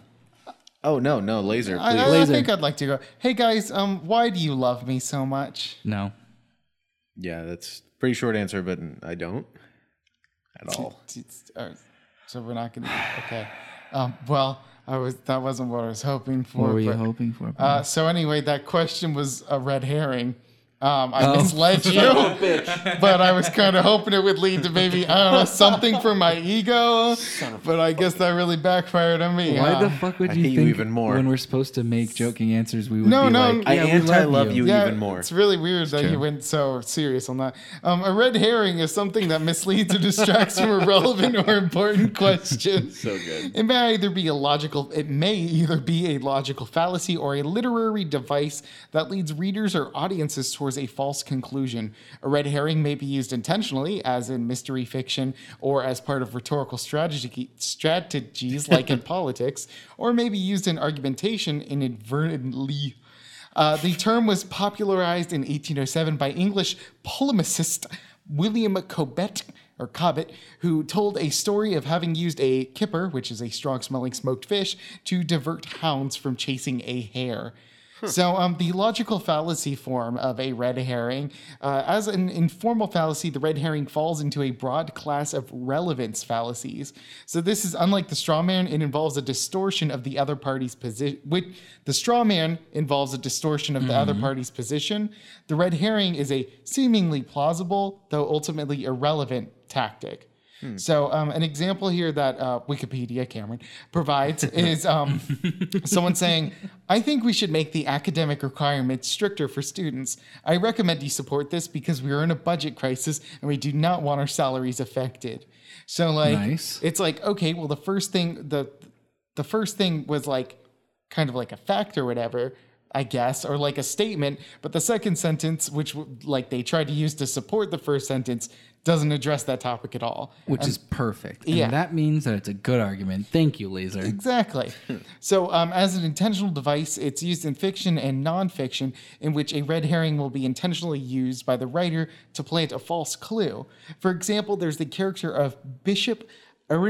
Speaker 4: oh no, no laser. Please.
Speaker 3: I, I- I
Speaker 1: Laser.
Speaker 3: think I'd like to go. Hey guys, um, why do you love me so much?
Speaker 1: No.
Speaker 4: yeah, that's pretty short answer, but I don't at all.
Speaker 3: It's- uh, So we're not gonna. Okay. Um, well, I was. That wasn't what I was hoping for.
Speaker 1: What were you
Speaker 3: but-
Speaker 1: hoping for?
Speaker 3: Uh, so anyway, that question was a red herring. Um,
Speaker 1: Oh.
Speaker 3: I misled you, but I was kind of hoping it would lead to maybe I don't know something for my ego. But I guess that really backfired on me.
Speaker 1: Why
Speaker 3: huh?
Speaker 1: the fuck would
Speaker 4: I
Speaker 1: you
Speaker 4: hate you
Speaker 1: think
Speaker 4: even more.
Speaker 1: when we're supposed to make joking answers, we would
Speaker 3: No,
Speaker 1: be
Speaker 3: no,
Speaker 1: like,
Speaker 4: I
Speaker 1: "Yeah, we
Speaker 4: anti love you,
Speaker 3: Yeah,
Speaker 4: even more.
Speaker 3: It's really weird that you went so serious on that. Um, a red herring is something that misleads or distracts from a relevant or important question.
Speaker 4: So good.
Speaker 3: It may either be a logical, it may either be a logical fallacy or a literary device that leads readers or audiences towards a false conclusion. A red herring may be used intentionally, as in mystery fiction, or as part of rhetorical strategy, strategies, like in politics, or may be used in argumentation inadvertently. Uh, the term was popularized in 1807 by English polemicist William Cobbett, or Cobbett, who told a story of having used a kipper, which is a strong-smelling smoked fish, to divert hounds from chasing a hare. So, um, the logical fallacy form of a red herring. Uh, as an informal fallacy, the red herring falls into a broad class of relevance fallacies. So, this is unlike the straw man, it involves a distortion of the other party's position. Which the straw man involves a distortion of the other party's position. The red herring is a seemingly plausible, though ultimately irrelevant, tactic. So, um, an example here that uh, Wikipedia, Cameron, provides is um, someone saying, I think we should make the academic requirements stricter for students. I recommend you support this because we are in a budget crisis and we do not want our salaries affected. So, like,
Speaker 1: Nice.
Speaker 3: it's like, okay, well, the first thing, the, the first thing was like kind of like a fact or whatever i guess or like a statement but the second sentence which w- like they tried to use to support the first sentence doesn't address that topic at all
Speaker 1: which is perfect.
Speaker 3: yeah.
Speaker 1: And that means that it's a good argument. Thank you, Laser.
Speaker 3: Exactly. so, um, as an intentional device, it's used in fiction and nonfiction, in which a red herring will be intentionally used by the writer to plant a false clue. For example, there's the character of Bishop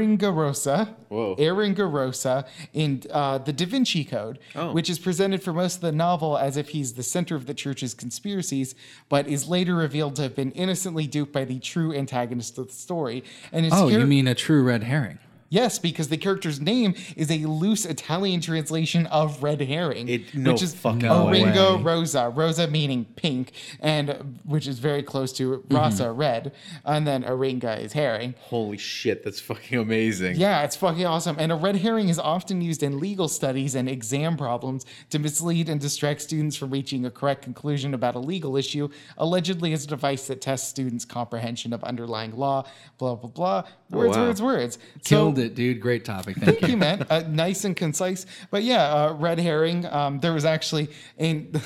Speaker 3: Aringarosa,
Speaker 4: Whoa.
Speaker 3: Aringarosa in uh, The Da Vinci Code,
Speaker 1: Oh.
Speaker 3: which is presented for most of the novel as if he's the center of the church's conspiracies, but is later revealed to have been innocently duped by the true antagonist of the story. And his
Speaker 1: Oh,
Speaker 3: char-
Speaker 1: you mean a true red herring?
Speaker 3: Yes, because the character's name is a loose Italian translation of red herring,
Speaker 4: It- no
Speaker 3: which is
Speaker 4: fucking
Speaker 3: Oringo
Speaker 1: way.
Speaker 3: Rosa, Rosa meaning pink, and uh, which is very close to
Speaker 4: Mm-hmm.
Speaker 3: Rasa red, and then Oringa is herring.
Speaker 4: Holy shit, that's fucking amazing.
Speaker 3: Yeah, it's fucking awesome. And a red herring is often used in legal studies and exam problems to mislead and distract students from reaching a correct conclusion about a legal issue, allegedly as a device that tests students' comprehension of underlying law, blah, blah, blah. Words,
Speaker 4: Oh, wow.
Speaker 3: words, words. So-
Speaker 1: Killed it, dude. Great topic. Thank you.
Speaker 3: Thank you, man. Uh, nice and concise. But yeah, uh, red herring. Um, there was actually in.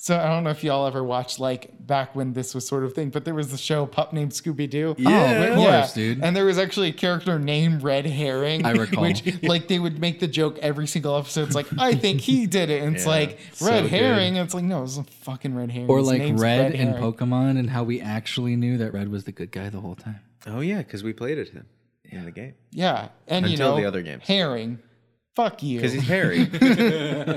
Speaker 3: So I don't know if y'all ever watched like back when this was sort of thing, but there was the show Pup Named Scooby Doo.
Speaker 1: Yeah. Oh, of course, dude.
Speaker 3: And there was actually a character named Red Herring.
Speaker 1: I recall.
Speaker 3: Which like they would make the joke every single episode. It's like I think he did it, and it's
Speaker 4: Yeah,
Speaker 3: like
Speaker 4: so
Speaker 3: Red
Speaker 4: good.
Speaker 3: Herring. And it's like no, it was a fucking Red Herring.
Speaker 1: Or
Speaker 3: His
Speaker 1: like
Speaker 3: name's
Speaker 1: Red in
Speaker 3: Herring.
Speaker 1: Pokemon and how we actually knew that Red was the good guy the whole time.
Speaker 4: Oh yeah, because we played at him in the game.
Speaker 3: Yeah, and you
Speaker 4: Until
Speaker 3: know
Speaker 4: the other games.
Speaker 3: Herring. Fuck you,
Speaker 4: Because he's hairy.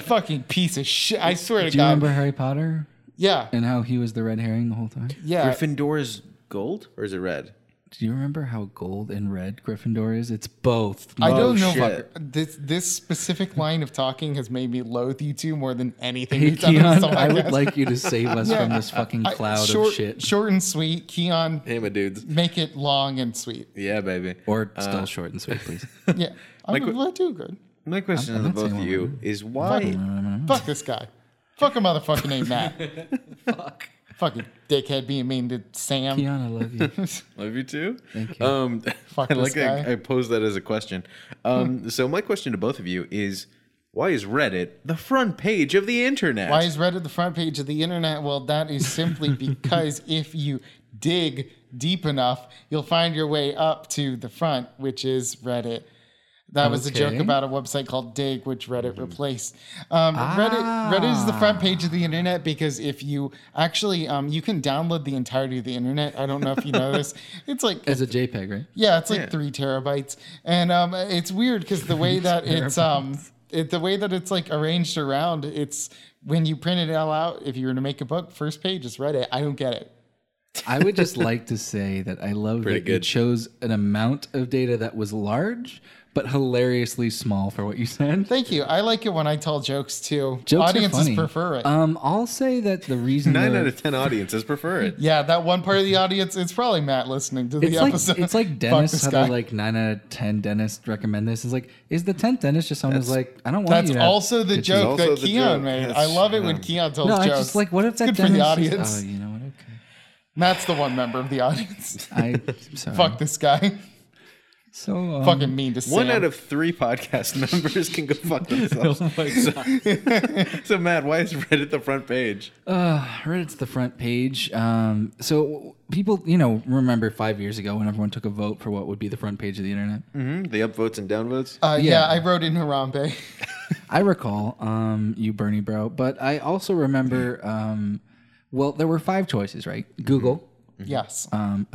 Speaker 3: fucking piece of shit. I swear to
Speaker 1: Do you
Speaker 3: God.
Speaker 1: remember Harry Potter
Speaker 3: Yeah,
Speaker 1: and how he was the red herring the whole time?
Speaker 3: yeah.
Speaker 4: Gryffindor's gold or is it red?
Speaker 1: Do you remember how gold and red Gryffindor is? It's both.
Speaker 3: I don't know.
Speaker 4: Oh,
Speaker 3: Fucker.
Speaker 4: shit.
Speaker 3: This this specific line of talking has made me loathe you two more than anything.
Speaker 1: Hey,
Speaker 3: we've done on this
Speaker 1: Keon, I would
Speaker 3: podcast.
Speaker 1: like you to save us
Speaker 3: Yeah.
Speaker 1: from this fucking
Speaker 3: I-
Speaker 1: cloud
Speaker 3: short-
Speaker 1: of shit.
Speaker 3: Short and sweet, Keon.
Speaker 4: Hey my dudes.
Speaker 3: Make it long and sweet.
Speaker 4: Yeah, baby. Uh,
Speaker 1: Or still short and sweet, please.
Speaker 3: Yeah, I'm
Speaker 4: Like-
Speaker 3: glad too good.
Speaker 4: My question
Speaker 1: I'm
Speaker 4: to the
Speaker 1: not
Speaker 4: both
Speaker 1: saying
Speaker 4: of
Speaker 1: one
Speaker 4: you is why
Speaker 3: Fuck this guy. Fuck a motherfucking name, Matt. Fuck. Fucking dickhead being mean to Sam.
Speaker 1: Keon, I love you.
Speaker 4: love you too. Thank you. Um
Speaker 3: Fuck
Speaker 4: I
Speaker 3: this
Speaker 4: like I,
Speaker 3: guy.
Speaker 4: I posed that as a question. Um so my question to both of you is why is Reddit the front page of the internet?
Speaker 3: Why is Reddit the front page of the internet? Well, that is simply because if you dig deep enough, you'll find your way up to the front, which is Reddit. That was a joke
Speaker 1: Okay.
Speaker 3: about a website called Dig, which Reddit replaced. Um, Reddit Reddit is the front page of the internet because if you actually um, you can download the entirety of the internet. I don't know if you know this. It's like
Speaker 1: As a JPEG, right?
Speaker 3: yeah, it's like three terabytes, and um, it's weird because the way that it's um, it, the way that it's like arranged around, it's when you print it all out. If you were to make a book, first page is Reddit. I don't get it.
Speaker 1: I would just like to say that I love that you
Speaker 4: good.
Speaker 1: chose an amount of data that was large but hilariously small for what you said.
Speaker 3: Thank you. I like it when I tell jokes too.
Speaker 1: Jokes
Speaker 3: Audiences
Speaker 1: are funny.
Speaker 3: prefer it.
Speaker 1: Um, I'll say that the reason
Speaker 4: Nine
Speaker 1: the-
Speaker 4: out of ten audiences prefer it.
Speaker 3: yeah, that one part of the audience, it's probably Matt listening to the
Speaker 1: it's like
Speaker 3: episode.
Speaker 1: it's like
Speaker 3: Fuck
Speaker 1: dentists
Speaker 3: this
Speaker 1: how they're
Speaker 3: guy.
Speaker 1: like nine out of ten dentists recommend this. It's like is the tenth dentist just someone who's like I don't want
Speaker 3: That's
Speaker 1: you to have
Speaker 3: also the
Speaker 1: bitches."
Speaker 3: joke
Speaker 4: also
Speaker 3: that
Speaker 4: the
Speaker 3: Keon
Speaker 4: joke.
Speaker 3: made.
Speaker 4: That's-
Speaker 3: I love it when
Speaker 4: yeah.
Speaker 3: Keon tells
Speaker 1: No,
Speaker 3: jokes.
Speaker 1: I just like what if
Speaker 3: It's
Speaker 1: that
Speaker 3: good for
Speaker 1: dentist?
Speaker 3: the
Speaker 1: is-
Speaker 3: audience.
Speaker 1: oh, you know what? Okay,
Speaker 3: Matt's the one member of the audience.
Speaker 1: I sorry.
Speaker 3: Fuck this guy.
Speaker 1: Um, So um,
Speaker 3: Fucking mean to Sam.
Speaker 4: One out of three podcast members can go fuck themselves. so Matt, why is Reddit the front page?
Speaker 1: Uh, Reddit's the front page. Um, so people, you know, remember five years ago when everyone took a vote for what would be the front page of the internet.
Speaker 3: Mm.
Speaker 4: Hmm? The upvotes and downvotes?
Speaker 3: Uh, yeah.
Speaker 1: Yeah.
Speaker 3: I wrote in Harambe.
Speaker 4: Mm-hmm.
Speaker 1: I recall um, you, Bernie Bro, but I also remember. Um, well, there were five choices, right? Google,
Speaker 3: yes.
Speaker 1: um,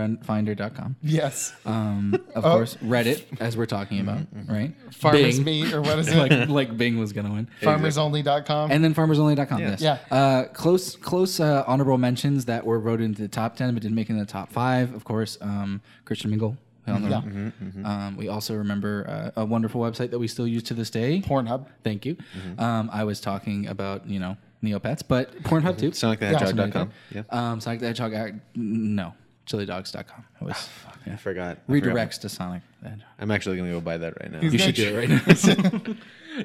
Speaker 1: adultfriendfinder.com,
Speaker 3: yes.
Speaker 4: Uh,
Speaker 1: um, of course, Reddit, as we're talking about, right?
Speaker 3: Oh. Mm-hmm, Farmers
Speaker 1: Bing.
Speaker 3: meat or what is it?
Speaker 1: like like Bing was gonna win.
Speaker 3: Farmersonly.com.
Speaker 1: And then farmersonly.com. Yes.
Speaker 3: Yeah.
Speaker 1: Uh, close, close uh, honorable mentions that were voted into the top 10 but didn't make it in the top five. Of course, um, Christian Mingle. We all know
Speaker 4: Mm-hmm.
Speaker 3: Yeah.
Speaker 1: that. Um, we also remember uh, a wonderful website that we still use to this day.
Speaker 3: Pornhub.
Speaker 1: Thank you.
Speaker 4: Mm-hmm.
Speaker 1: Um, I was talking about, you
Speaker 4: Mm-hmm.
Speaker 1: know, Neopets, but Pornhub too.
Speaker 4: SonicTheHedgehog.com. Yeah.
Speaker 1: Um, Sonic the Hedgehog. I, uh, no. chilidogs.com. It was yeah.
Speaker 4: Ah, I forgot. I forgot.
Speaker 1: redirects to Sonic. the Hedgehog.
Speaker 4: I'm actually gonna go buy that right now.
Speaker 1: You should do it right now.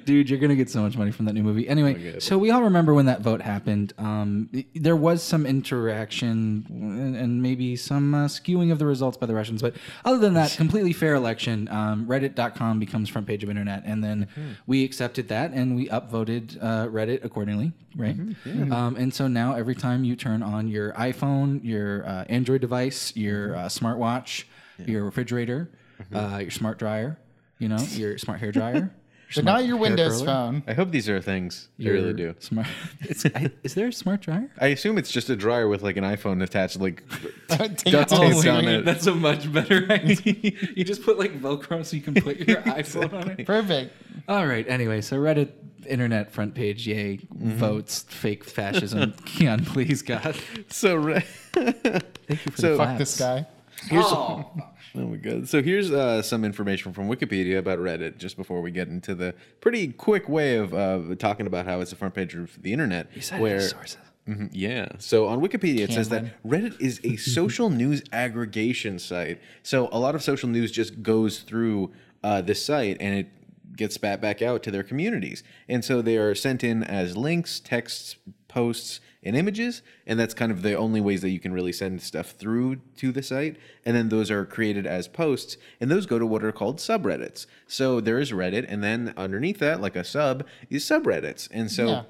Speaker 1: Dude, you're gonna get so much money from that new movie. Anyway, so we all remember when that vote happened. Um, i- there was some interaction and, and maybe some uh, skewing of the results by the Russians, but other than that, completely fair election. Um, Reddit.com becomes front page of internet, and then we accepted that and we upvoted uh, Reddit accordingly, right? Um, and so now every time you turn on your iPhone, your uh, Android device, your uh, smartwatch, your refrigerator, uh, your smart dryer, you know, your smart hair dryer.
Speaker 3: But not your
Speaker 1: hair
Speaker 3: Windows
Speaker 1: curler.
Speaker 3: phone.
Speaker 4: I hope these are things. I really do.
Speaker 1: Smart. It's, I, is there a smart dryer?
Speaker 4: I assume it's just a dryer with like an iPhone attached, like
Speaker 3: Take
Speaker 4: duct
Speaker 3: all
Speaker 4: taped
Speaker 3: the
Speaker 4: on
Speaker 3: way.
Speaker 4: it.
Speaker 2: That's a much better idea. you just put like Velcro so you can put your iPhone on it.
Speaker 3: Perfect.
Speaker 1: All right. Anyway, so Reddit internet front page, yay, votes, fake fascism. Keon, please, God.
Speaker 4: So, re-
Speaker 1: Thank you for
Speaker 4: So-
Speaker 1: the
Speaker 4: Fuck
Speaker 1: claps.
Speaker 3: This guy.
Speaker 2: Oh.
Speaker 4: oh my god. So here's uh, some information from Wikipedia about Reddit. Just before we get into the pretty quick way of uh, talking about how it's a front page of the internet,
Speaker 1: Cited
Speaker 4: where
Speaker 1: sources.
Speaker 4: Mhm, yeah. So on Wikipedia, it says that Reddit is a social news aggregation site. So a lot of social news just goes through uh, this site and it gets spat back out to their communities. And so they are sent in as links, texts, posts, and images. And that's kind of the only ways that you can really send stuff through to the site. And then those are created as posts. And those go to what are called subreddits. So there is Reddit. And then underneath that, like a sub, is subreddits. And so.
Speaker 3: Yeah.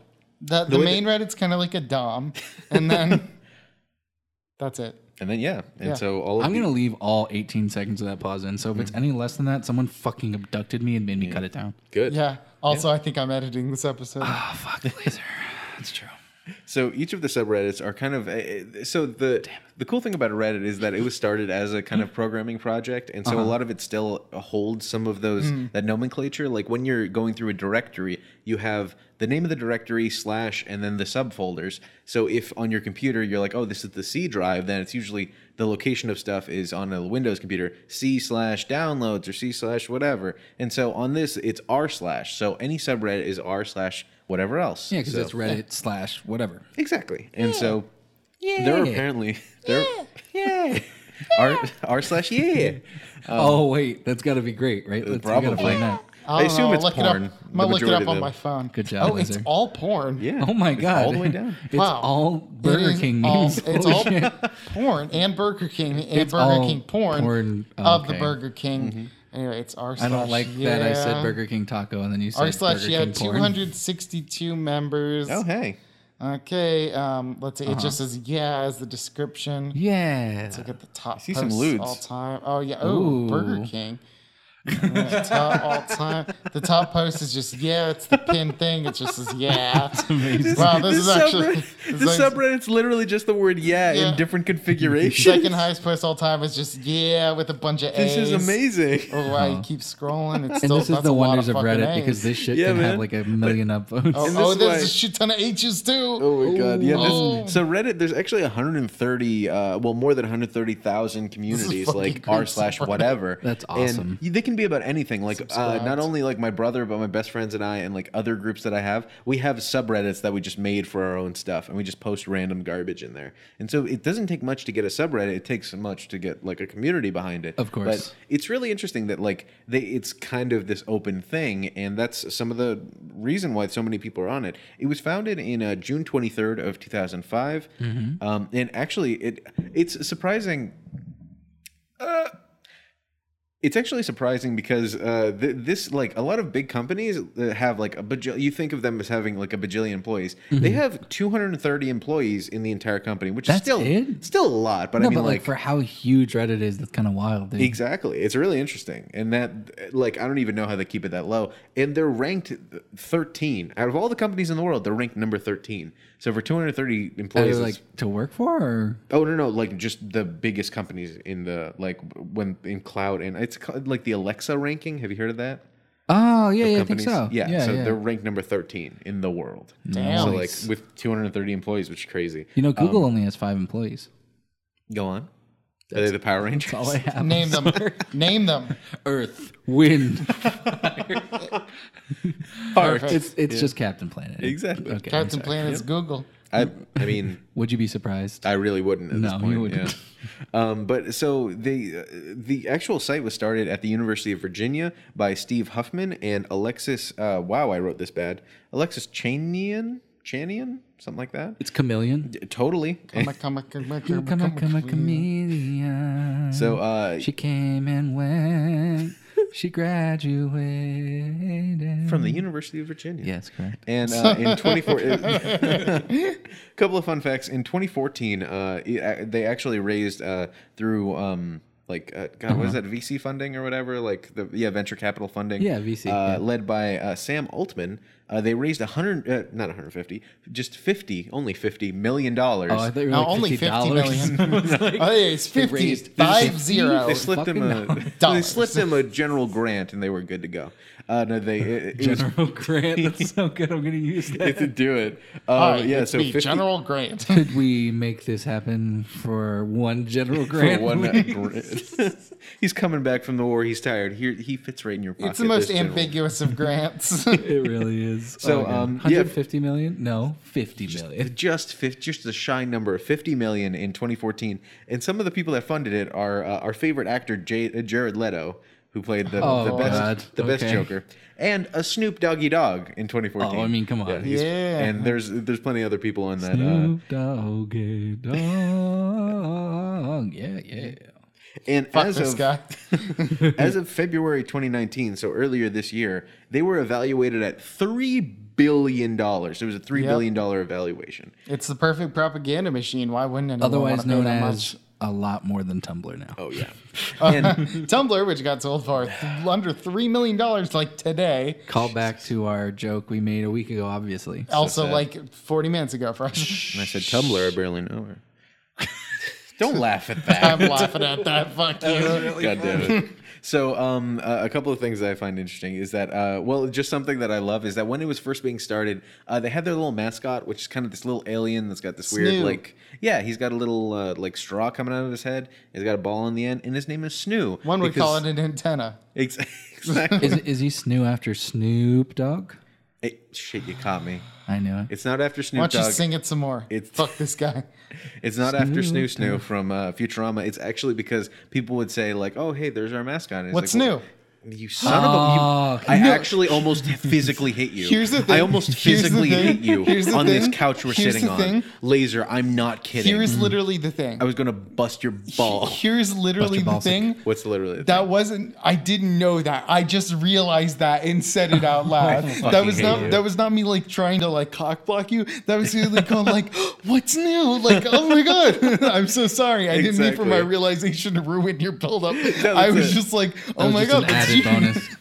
Speaker 3: The, the,
Speaker 4: way
Speaker 3: main Reddit's kind of like a DOM. And then that's it.
Speaker 4: And then yeah, and
Speaker 3: Yeah.
Speaker 4: so all of
Speaker 1: I'm
Speaker 4: the-
Speaker 1: going to leave all 18 seconds of that pause in. So if it's any less than that, someone fucking abducted me and made me cut it down.
Speaker 4: Good.
Speaker 3: Yeah. Also, I think I'm editing this episode.
Speaker 1: Oh, fuck, laser. That's true.
Speaker 4: So each of the subreddits are kind of uh, so the the cool thing about Reddit is that it was started as a
Speaker 1: Mm.
Speaker 4: kind of programming project, and
Speaker 1: Uh-huh.
Speaker 4: so a lot of it still holds some of those
Speaker 1: Mm.
Speaker 4: that nomenclature. Like when you're going through a directory, you have the name of the directory slash and then the subfolders. So if on your computer you're like, oh, this is the C drive, then it's usually the location of stuff is on a Windows computer, C slash downloads or C slash whatever. And so on this, it's R slash. So any subreddit is R slash whatever else.
Speaker 1: Yeah, because
Speaker 4: So-
Speaker 1: that's Reddit slash whatever.
Speaker 4: Exactly. And so there are apparently there yeah. R R slash yeah.
Speaker 1: oh, wait. That's got to be great, right? Let's, we gotta
Speaker 4: Um, uh, probably.
Speaker 1: find out.
Speaker 3: I,
Speaker 4: I
Speaker 3: don't
Speaker 4: assume
Speaker 3: know.
Speaker 4: it's
Speaker 3: Look
Speaker 4: porn.
Speaker 3: It up. I'm
Speaker 4: the
Speaker 3: gonna look it
Speaker 4: majority
Speaker 3: up
Speaker 4: of
Speaker 3: on
Speaker 4: them.
Speaker 3: my phone.
Speaker 1: Good job,
Speaker 3: Oh, it's
Speaker 1: Lizard.
Speaker 3: all porn.
Speaker 4: Yeah.
Speaker 1: Oh, my God.
Speaker 4: all the way down.
Speaker 1: It's
Speaker 3: Wow.
Speaker 1: all Burger
Speaker 3: It is
Speaker 1: King
Speaker 3: Mm-hmm. all-
Speaker 1: news.
Speaker 3: it's
Speaker 1: Holy
Speaker 3: all
Speaker 1: shit.
Speaker 3: porn and Burger King and
Speaker 1: It's
Speaker 3: Burger
Speaker 1: all
Speaker 3: King porn,
Speaker 1: porn. Oh,
Speaker 3: of the
Speaker 1: okay.
Speaker 3: Burger King.
Speaker 4: Mm-hmm.
Speaker 3: Anyway, it's our.
Speaker 1: I don't like that I said Burger King taco and then you said
Speaker 3: R slash
Speaker 1: Burger
Speaker 3: yeah,
Speaker 1: King
Speaker 3: two
Speaker 1: porn.
Speaker 3: hundred sixty-two members.
Speaker 4: Oh hey.
Speaker 3: Okay, um, let's see. It just says yeah as the description.
Speaker 1: Uh-huh. Yeah.
Speaker 3: Look at the top.
Speaker 4: see some
Speaker 3: posts
Speaker 4: lewds.
Speaker 3: all time. Oh yeah. Oh, Burger
Speaker 1: Ooh.
Speaker 3: King. Yeah, top all time. The top post is just yeah. It's the pin thing. It just says yeah. Wow, Uh, this, is actually
Speaker 4: subreddit,
Speaker 3: this
Speaker 4: the
Speaker 3: is like-
Speaker 4: subreddit's literally just the word yeah,
Speaker 3: Yeah.
Speaker 4: in different configurations.
Speaker 3: second highest post all time is just yeah with a bunch of
Speaker 4: this is
Speaker 3: A's.
Speaker 4: amazing.
Speaker 3: Oh, wow, you keep scrolling. It's
Speaker 1: Uh-huh. and
Speaker 3: still,
Speaker 1: this is
Speaker 3: that's
Speaker 1: the
Speaker 3: a lot
Speaker 1: wonders of,
Speaker 3: fucking
Speaker 1: Reddit
Speaker 3: A's.
Speaker 1: because this shit
Speaker 4: Yeah,
Speaker 1: can
Speaker 4: man.
Speaker 1: have like a million upvotes.
Speaker 3: Oh,
Speaker 4: and this
Speaker 3: oh
Speaker 4: is
Speaker 3: there's
Speaker 4: why-
Speaker 3: a shit ton of H's too.
Speaker 4: Oh my god! Yeah,
Speaker 3: Oh.
Speaker 4: this, so Reddit, there's actually 130, uh, well, more than 130,000 communities
Speaker 3: fucking
Speaker 4: like
Speaker 3: great
Speaker 4: r slash
Speaker 3: support.
Speaker 4: whatever.
Speaker 1: That's
Speaker 4: And
Speaker 1: awesome.
Speaker 4: you- they can be about anything. Like uh,
Speaker 3: Subscribed.
Speaker 4: not only like my brother, but my best friends and I, and like other groups that I have. We have subreddits that we just made for our own stuff, and we just post random garbage in there. And so it doesn't take much to get a subreddit. It takes much to get like a community behind it.
Speaker 1: Of course.
Speaker 4: But it's really interesting that like they it's kind of this open thing and that's some of the reason why so many people are on it it was founded in uh, june 23rd of 2005
Speaker 1: Mm-hmm.
Speaker 4: um, and actually it it's surprising uh, it's actually surprising because uh, th- this like a lot of big companies that have like a bajillion you think of them as having like a bajillion employees they have 230 employees in the entire company which is
Speaker 1: Mm-hmm. That's
Speaker 4: still
Speaker 1: it?
Speaker 4: still a lot but
Speaker 1: no,
Speaker 4: i mean
Speaker 1: but like,
Speaker 4: like
Speaker 1: for how huge Reddit is, that's kind of wild. Dude.
Speaker 4: Exactly. It's really interesting. And that, like, I don't even know how they keep it that low. And they're ranked 13. Out of all the companies in the world, they're ranked number 13. So for 230
Speaker 1: Are they,
Speaker 4: employees, it's-
Speaker 1: like to work for? Or?
Speaker 4: oh, no, no, like just the biggest companies in the, like, when in cloud. And it's ca- like the Alexa ranking. Have you heard of that?
Speaker 1: Oh yeah, yeah I think
Speaker 4: Companies?
Speaker 1: so.
Speaker 4: Yeah. so
Speaker 1: yeah.
Speaker 4: they're ranked number 13 in the world.
Speaker 3: Damn.
Speaker 4: So, like,
Speaker 1: Nice.
Speaker 4: with 230 employees, which is crazy.
Speaker 1: you know, Google only has five employees.
Speaker 4: Go on. Are they the Power Rangers?
Speaker 1: All I have
Speaker 3: Name
Speaker 1: is
Speaker 3: them. Name them.
Speaker 1: Earth, wind.
Speaker 3: Perfect.
Speaker 1: it's it's just Captain Planet.
Speaker 4: Exactly.
Speaker 1: Okay.
Speaker 3: Captain Planet's Google.
Speaker 4: I I mean.
Speaker 1: Would you be surprised?
Speaker 4: I really wouldn't at
Speaker 1: No,
Speaker 4: this
Speaker 1: you
Speaker 4: point.
Speaker 1: wouldn't.
Speaker 4: yeah. um, but so the uh, the actual site was started at the University of Virginia by Steve Huffman and Alexis. Uh, wow, I wrote this bad. Alexis Chanian, Chanian, something like that.
Speaker 1: It's chameleon.
Speaker 4: Totally.
Speaker 1: Come, come, come, come, chameleon.
Speaker 4: so uh,
Speaker 1: She came and went. she graduated.
Speaker 4: from the University of Virginia.
Speaker 1: Yes, correct.
Speaker 4: And uh, in 24, a couple of fun facts. In 2014, uh, it- uh, they actually raised uh, through um, like uh, God, what is that VC funding or whatever? Like the yeah venture capital funding.
Speaker 1: Uh-huh. Yeah, VC,
Speaker 4: Uh,
Speaker 1: yeah.
Speaker 4: Led by uh, Sam Altman, uh, they raised 100, uh, not 150, just 50, only 50 million dollars.
Speaker 1: Oh, I thought you were
Speaker 3: Now
Speaker 1: like
Speaker 3: only
Speaker 1: $50.
Speaker 3: 50 million. oh, yeah, it's 50,
Speaker 1: raised-
Speaker 3: five zero.
Speaker 4: they slipped him a they
Speaker 3: dollars.
Speaker 4: slipped him a general grant and they were good to go. Uh, no, they it, it was
Speaker 1: General Grant. That's so good. I'm going to use that.
Speaker 4: to do it. Uh,
Speaker 3: All right,
Speaker 4: yeah,
Speaker 3: it's
Speaker 4: so
Speaker 3: me,
Speaker 4: 50
Speaker 3: General Grant.
Speaker 1: Could we make this happen for one General
Speaker 4: for
Speaker 1: Grant?
Speaker 4: one
Speaker 1: please?
Speaker 4: grant. he's coming back from the war. He's tired. Here he fits right in your pocket.
Speaker 3: It's the most
Speaker 4: this general.
Speaker 3: ambiguous of grants.
Speaker 1: It really is. Oh
Speaker 4: So,
Speaker 1: God.
Speaker 4: um, yeah.
Speaker 1: 150 million? No, 50 million.
Speaker 4: Just fif- just the shy number of fifty million in 2014, and some of the people that funded it are uh, our favorite actor J- uh, Jared Leto, who played the,
Speaker 1: Oh,
Speaker 4: the best
Speaker 1: God.
Speaker 4: the best
Speaker 1: Okay.
Speaker 4: Joker, and a Snoop Doggy Dog in 2014.
Speaker 1: Oh, I mean, come on.
Speaker 4: he's-
Speaker 3: Yeah.
Speaker 4: and there's there's plenty other people on that. Uh,
Speaker 1: Snoop Doggy Dogg. Yeah, yeah.
Speaker 4: and
Speaker 3: Fuck
Speaker 4: as
Speaker 3: this
Speaker 4: of
Speaker 3: guy.
Speaker 4: As of February 2019, so earlier this year, they were evaluated at three billion dollars. It was a three
Speaker 3: Yep.
Speaker 4: billion dollar evaluation.
Speaker 3: It's the perfect propaganda machine. Why wouldn't anyone
Speaker 1: Otherwise
Speaker 3: want to pay
Speaker 1: known
Speaker 3: that
Speaker 1: as a lot more than Tumblr now.
Speaker 4: Oh yeah,
Speaker 3: much? Tumblr, which got sold for th- under $3 million like today.
Speaker 1: Call back to our joke we made a week ago, obviously.
Speaker 3: also
Speaker 4: sad.
Speaker 3: like 40 minutes ago for us.
Speaker 4: and I said Tumblr. I barely know her. Don't laugh at
Speaker 3: I'm
Speaker 4: that.
Speaker 3: laughing at that. Fuck you.
Speaker 4: God damn it. So, um, uh, a couple of things that I find interesting is that, uh, well, just something that I love is that when it was first being started, uh, they had their little mascot, which is kind of this little alien that's got this weird,
Speaker 3: Snoo.
Speaker 4: like, yeah, he's got a little uh, like straw coming out of his head. He's got a ball in the end, and his name is Snoo.
Speaker 3: One would call
Speaker 4: because-
Speaker 3: it an antenna.
Speaker 4: Ex- Exactly.
Speaker 1: Is, is he Snoo after Snoop Dogg?
Speaker 4: It, shit, you caught me.
Speaker 1: I knew it.
Speaker 4: It's not after Snoop
Speaker 3: Why don't you
Speaker 4: Dogg.
Speaker 3: sing it some more?
Speaker 4: It's-
Speaker 3: Fuck this guy.
Speaker 4: It's not after Snoo Snoo from uh, Futurama. It's actually because people would say like, "Oh, hey, there's our mascot." And it's
Speaker 3: What's
Speaker 4: like,
Speaker 3: new?
Speaker 4: "Well, You son of a! You, I actually almost physically hit you.
Speaker 3: Here's the thing.
Speaker 4: I almost
Speaker 3: Here's the
Speaker 4: physically
Speaker 3: thing.
Speaker 4: hit you
Speaker 3: Here's the
Speaker 4: on this
Speaker 3: thing.
Speaker 4: couch we're
Speaker 3: Here's
Speaker 4: sitting
Speaker 3: the
Speaker 4: on.
Speaker 3: thing.
Speaker 4: Laser, I'm not kidding.
Speaker 3: Here's literally the thing.
Speaker 4: Mm. I was gonna bust your ball.
Speaker 3: Here's literally the
Speaker 1: balls.
Speaker 3: thing.
Speaker 4: What's literally the
Speaker 3: That
Speaker 4: thing?
Speaker 3: wasn't. I didn't know that. I just realized that and said it out loud. that
Speaker 4: fucking
Speaker 3: was
Speaker 4: hate
Speaker 3: not.
Speaker 4: you.
Speaker 3: That was not me like trying to like cock block you. That was you like going like, "What's new?" Like, "Oh my god, I'm so sorry. I didn't mean for my
Speaker 4: Exactly.
Speaker 3: realization to ruin your buildup. I was
Speaker 4: it.
Speaker 3: just like,
Speaker 1: That
Speaker 3: "Oh
Speaker 1: was
Speaker 3: my
Speaker 1: just
Speaker 3: god,
Speaker 1: an
Speaker 3: that's
Speaker 1: added
Speaker 3: you."
Speaker 1: bonus.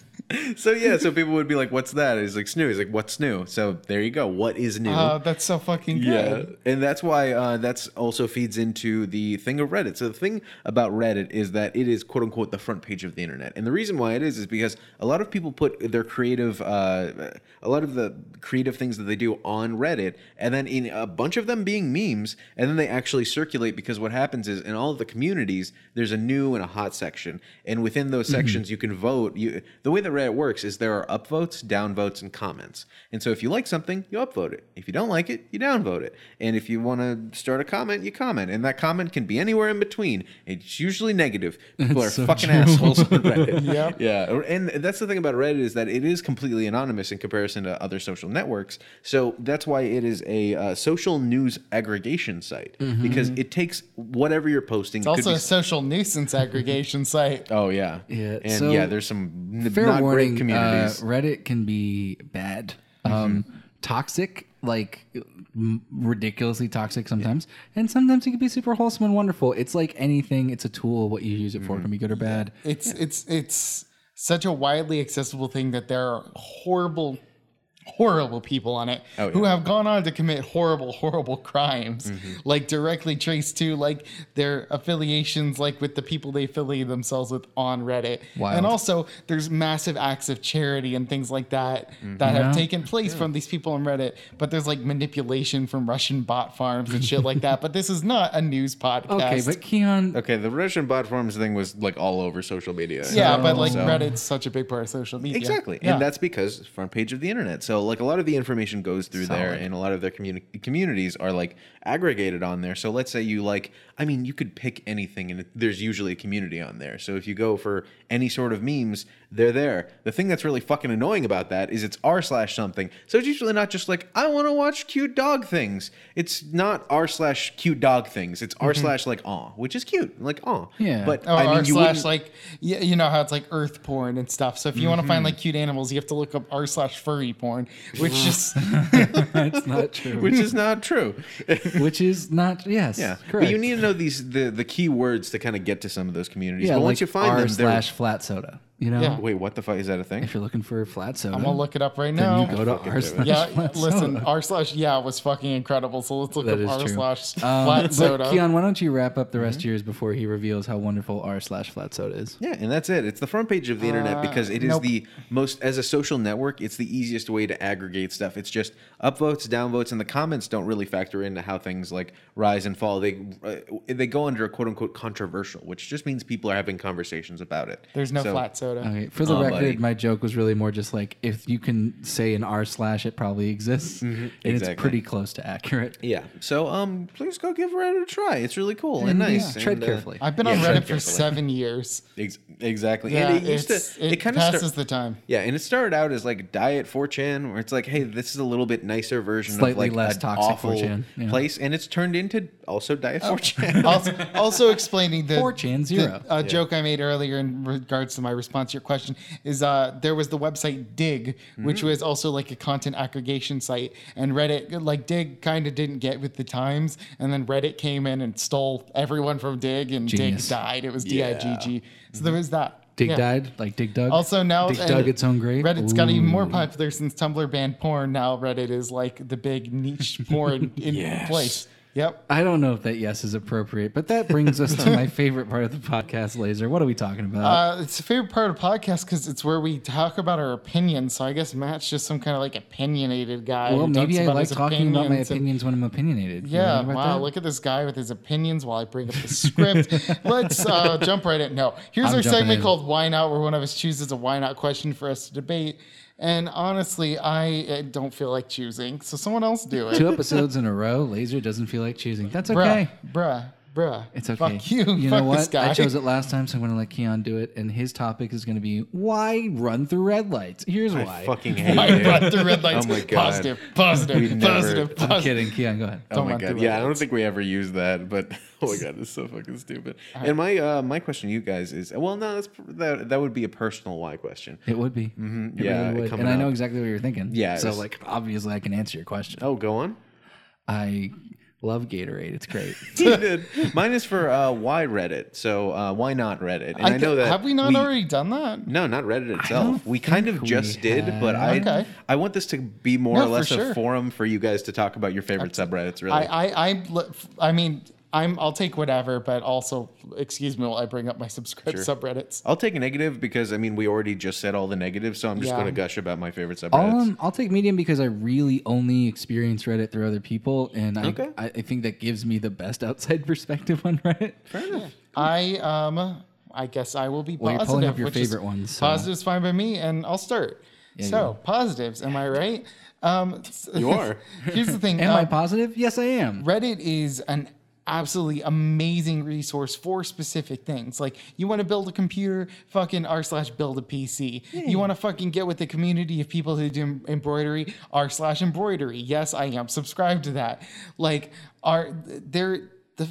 Speaker 4: So yeah, so people would be like, "What's that?" He's like, "Snoo." He's like, "What's new?" So there you go. What is new?
Speaker 3: Uh, that's so fucking
Speaker 4: Yeah,
Speaker 3: good.
Speaker 4: and that's why uh, that's also feeds into the thing of Reddit. So the thing about Reddit is that it is quote unquote the front page of the internet, and the reason why it is is because a lot of people put their creative, uh, a lot of the creative things that they do on Reddit, and then in a bunch of them being memes, and then they actually circulate because what happens is in all of the communities there's a new and a hot section, and within
Speaker 3: Mm-hmm.
Speaker 4: those sections you can vote. You the way that Reddit works is there are upvotes, downvotes, and comments, and so if you like something, you upvote it. If you don't like it, you downvote it. And if you want to start a comment, you comment. And that comment can be anywhere in between. It's usually negative. People are
Speaker 1: so
Speaker 4: fucking
Speaker 1: true.
Speaker 4: assholes on Reddit.
Speaker 3: Yep.
Speaker 4: Yeah. And that's the thing about Reddit is that it is completely anonymous in comparison to other social networks. So that's why it is a uh, social news aggregation site
Speaker 1: Mm-hmm.
Speaker 4: because it takes whatever you're posting.
Speaker 3: It's also a social nuisance aggregation site.
Speaker 4: oh, yeah.
Speaker 1: Yeah,
Speaker 4: And
Speaker 1: so-
Speaker 4: yeah, there's some n-
Speaker 1: fair
Speaker 4: not
Speaker 1: warning
Speaker 4: great communities. Mm-hmm.
Speaker 1: Uh, reddit can be bad um toxic like m- ridiculously toxic sometimes and sometimes it can be super wholesome and wonderful it's like anything it's a tool what you use it for
Speaker 4: Mm-hmm.
Speaker 1: can be good or bad
Speaker 3: It's it's it's such a widely accessible thing that there are horrible horrible people on it who have gone on to commit horrible horrible crimes like directly traced to like their affiliations like with the people they affiliate themselves with on reddit
Speaker 1: Wild.
Speaker 3: and also there's massive acts of charity and things like that that have taken place from these people on reddit but there's like manipulation from russian bot farms and shit like that but this is not a news podcast
Speaker 1: okay but keon
Speaker 4: okay, the Russian bot forums thing was like all over social media.
Speaker 3: yeah but like
Speaker 4: So-
Speaker 3: reddit's such a big part of social media
Speaker 4: Exactly.
Speaker 3: Yeah.
Speaker 4: And that's because it's front page of the internet. So like a lot of the information goes through there,
Speaker 1: Solid.
Speaker 4: and a lot of their communi- communities are like aggregated on there. So let's say you like, I mean, you could pick anything, and there's usually a community on there. So if you go for any sort of memes, they're there. The thing that's really fucking annoying about that is it's r slash something. So it's usually not just like I want to watch cute dog things. It's not r slash cute dog things. It's r slash like aw, which is cute, like aw.
Speaker 1: Yeah.
Speaker 4: But
Speaker 1: Oh,
Speaker 3: Or
Speaker 4: I mean,
Speaker 3: Mm-hmm. r
Speaker 4: you
Speaker 3: slash
Speaker 4: wouldn't-
Speaker 3: like y- you know how it's like earth porn and stuff. So if you want to
Speaker 4: Mm-hmm.
Speaker 3: find like cute animals, you have to look up r slash furry porn, which just
Speaker 1: That's not true.
Speaker 4: which is not true.
Speaker 1: Which is not yes.
Speaker 4: Yeah,
Speaker 1: correct.
Speaker 4: but you need to know these the the key words to kind of get to some of those communities.
Speaker 1: yeah,
Speaker 4: but once
Speaker 1: like
Speaker 4: you find
Speaker 1: R
Speaker 4: them, they're
Speaker 1: slash flat soda. You know,
Speaker 3: Yeah.
Speaker 4: wait. What the fuck is that a thing?
Speaker 1: if you're looking for flat soda,
Speaker 3: I'm gonna look it up right
Speaker 1: then
Speaker 3: now.
Speaker 1: you go to
Speaker 4: Fucking
Speaker 1: R
Speaker 4: do it.
Speaker 1: slash
Speaker 3: yeah,
Speaker 1: flat
Speaker 3: listen,
Speaker 1: soda.
Speaker 3: r slash yeah was fucking incredible. So let's look
Speaker 1: That
Speaker 3: up
Speaker 1: is
Speaker 3: r
Speaker 1: true.
Speaker 3: slash
Speaker 1: Um,
Speaker 3: flat soda.
Speaker 1: But Keon, why don't you wrap up the rest of yours before he reveals how wonderful r slash flat soda is?
Speaker 4: Yeah, and that's it. It's the front page of the
Speaker 1: Uh,
Speaker 4: internet because it is
Speaker 3: nope.
Speaker 4: the most as a social network. It's the easiest way to aggregate stuff. It's just upvotes, downvotes, and the comments don't really factor into how things like rise and fall. They uh, they go under a quote unquote controversial, which just means people are having conversations about it.
Speaker 3: There's no
Speaker 4: So-
Speaker 3: flat soda.
Speaker 1: Okay, for the
Speaker 4: Aw,
Speaker 1: record,
Speaker 4: Oh, buddy.
Speaker 1: my joke was really more just like if you can say an r slash, it probably exists, and
Speaker 4: Mm-hmm, exactly.
Speaker 1: it's pretty close to accurate.
Speaker 4: Yeah. So um, please go give Reddit a try. It's really cool and nice.
Speaker 1: Mm, tread
Speaker 4: and, uh,
Speaker 1: carefully.
Speaker 3: I've been
Speaker 4: Yeah,
Speaker 3: on
Speaker 4: tread
Speaker 3: Reddit for
Speaker 4: carefully.
Speaker 3: seven years.
Speaker 4: Ex- exactly.
Speaker 3: Yeah,
Speaker 4: and it used to.
Speaker 3: it's-
Speaker 4: It,
Speaker 3: it,
Speaker 4: kind of
Speaker 3: passes the time.
Speaker 4: Yeah, and it started out as like Diet 4chan, where it's like, hey, this is a little bit nicer version of
Speaker 1: Slightly
Speaker 4: like
Speaker 1: less
Speaker 4: an
Speaker 1: toxic
Speaker 4: awful
Speaker 1: 4chan, yeah.
Speaker 4: place, and it's turned into also Diet 4chan.
Speaker 3: also, also explaining the
Speaker 1: 4chan zero.
Speaker 3: the, uh, joke I made earlier in regards to my response to your question is uh, there was the website Dig, which was also like a content aggregation site, and Reddit like Dig kind of didn't get with the times, and then Reddit came in and stole everyone from Dig, and
Speaker 1: Genius. Mm-hmm.
Speaker 3: Dig died. It was D I G G. So there was that.
Speaker 1: Dig
Speaker 3: Yeah.
Speaker 1: died like Dig Dug.
Speaker 3: Also now
Speaker 1: Dig
Speaker 3: and
Speaker 1: Dug its own grave.
Speaker 3: Reddit's got even more
Speaker 1: Ooh.
Speaker 3: popular since Tumblr banned porn. Now Reddit is like the big niche porn in place. Yep.
Speaker 1: I don't know if that yes is appropriate, but that brings us to my favorite part of the podcast, Laser. What are we talking about?
Speaker 3: Uh, it's a favorite part of podcast because it's where we talk about our opinions. So I guess Matt's just some kind of like opinionated guy.
Speaker 1: well,
Speaker 3: who
Speaker 1: maybe
Speaker 3: Uh, talks
Speaker 1: I
Speaker 3: about
Speaker 1: like
Speaker 3: his
Speaker 1: talking about my
Speaker 3: and-
Speaker 1: opinions when I'm opinionated. You
Speaker 3: yeah,
Speaker 1: know about
Speaker 3: wow.
Speaker 1: that?
Speaker 3: Look at this guy with his opinions while I bring up the script. Let's uh, jump right in. No, here's
Speaker 1: I'm
Speaker 3: our
Speaker 1: jumping
Speaker 3: segment
Speaker 1: in.
Speaker 3: called Why Not, where one of us chooses a why not question for us to debate. And honestly, I uh, don't feel like choosing, so someone else do it.
Speaker 1: Two episodes in a row, Laser doesn't feel like choosing. That's okay.
Speaker 3: Bruh, bruh, bruh.
Speaker 1: It's okay.
Speaker 3: Fuck you.
Speaker 1: You
Speaker 3: Fuck
Speaker 1: know
Speaker 3: this
Speaker 1: what?
Speaker 3: guy.
Speaker 1: I chose it last time, so I'm going to let Keon do it. And his topic is going to be why run through red lights. Here's why.
Speaker 4: I fucking hate
Speaker 3: I
Speaker 4: it.
Speaker 3: brought the red lights.
Speaker 4: Oh my God.
Speaker 3: Positive, positive,
Speaker 4: We
Speaker 3: positive,
Speaker 4: never-
Speaker 3: positive.
Speaker 1: I'm kidding, Keon. Go ahead.
Speaker 4: Oh my
Speaker 3: Don't
Speaker 4: god!
Speaker 3: do
Speaker 4: Yeah, I
Speaker 3: it.
Speaker 4: don't think we ever used that, but oh my god, it's so fucking stupid. And my uh, my question to you guys is, well, no, that's that that would be a personal why question.
Speaker 1: It would be. Mm-hmm. It
Speaker 4: Yeah,
Speaker 1: really would.
Speaker 4: coming
Speaker 1: And I know
Speaker 4: up.
Speaker 1: exactly what you're thinking.
Speaker 4: Yeah,
Speaker 1: So,
Speaker 4: it's-
Speaker 1: like, obviously, I can answer your question.
Speaker 4: Oh, go on.
Speaker 1: I love Gatorade. It's great.
Speaker 4: You did. Mine is for uh, why Reddit. So uh, why not Reddit? And I, know
Speaker 3: th-
Speaker 4: that
Speaker 3: Have we not
Speaker 4: we-
Speaker 3: already done that?
Speaker 4: No, not Reddit itself.
Speaker 1: don't
Speaker 4: We kind
Speaker 1: think
Speaker 4: of just
Speaker 1: we
Speaker 4: did, but I
Speaker 3: Okay.
Speaker 4: I want this to be more
Speaker 3: No,
Speaker 4: or
Speaker 3: for
Speaker 4: less a
Speaker 3: sure.
Speaker 4: forum for you guys to talk about your favorite subreddits. Really,
Speaker 3: I, I, I, li- I mean, I'm. I'll take whatever, but also, excuse me, while I bring up my subscribe subreddits.
Speaker 4: I'll take a negative because I mean we already just said all the negatives, so I'm just
Speaker 3: Yeah.
Speaker 4: going to gush about my favorite subreddits.
Speaker 1: I'll, um, I'll take medium because I really only experience Reddit through other people, and I,
Speaker 4: Okay.
Speaker 1: I, I think that gives me the best outside perspective on Reddit.
Speaker 3: I um. I guess I will be positive.
Speaker 1: Well, you're pulling up your
Speaker 3: which is-
Speaker 1: favorite ones, so-
Speaker 3: Positive's fine by me, and I'll start. so positives, am I right? Um,
Speaker 4: You are.
Speaker 3: Here's the thing.
Speaker 1: Am I
Speaker 3: um,
Speaker 1: positive? Yes, I am.
Speaker 3: Reddit is an absolutely amazing resource for specific things. Like you want to build a computer, fucking r slash build a PC. You want to fucking get with the community of people who do em- embroidery, r slash embroidery. Yes, I am subscribed to that. Like are there the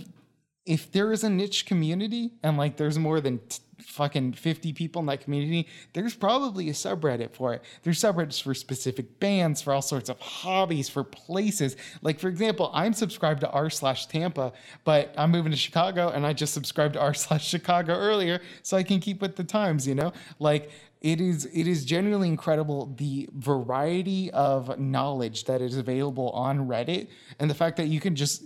Speaker 3: if there is a niche community and like there's more than t- fucking 50 people in that community, there's probably a subreddit for it. There's subreddits for specific bands, for all sorts of hobbies, for places. Like, for example, I'm subscribed to r slash Tampa, but I'm moving to Chicago and I just subscribed to r slash Chicago earlier so I can keep with the times, you know? Like, it is it is generally incredible the variety of knowledge that is available on Reddit and the fact that you can just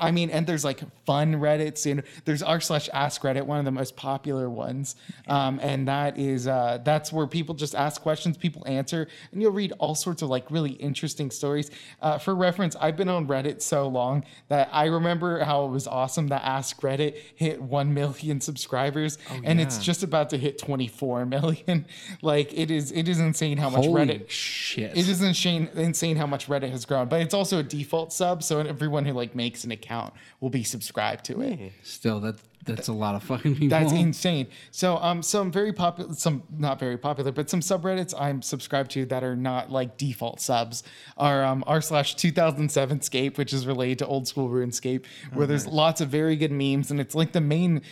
Speaker 3: I mean, and there's like fun Reddits, and there's r slash ask Reddit, one of the most popular ones, um, and that is uh, that's where people just ask questions, people answer, and you'll read all sorts of like really interesting stories. Uh, for reference, I've been on Reddit so long that I remember how it was awesome that Ask Reddit hit one million subscribers, and it's just about to hit twenty four million. like it is, it is insane how much
Speaker 1: Holy
Speaker 3: Reddit
Speaker 1: shit.
Speaker 3: it is insane, insane how much Reddit has grown, but it's also a default sub, so everyone who like makes an account will be subscribed to it.
Speaker 1: Still, that's that's a lot of fucking people.
Speaker 3: That's insane. So, um, some very popular, some not very popular, but some subreddits I'm subscribed to that are not like default subs are um, r slash 2007 scape, which is related to old school RuneScape, where there's lots of very good memes, and it's like the main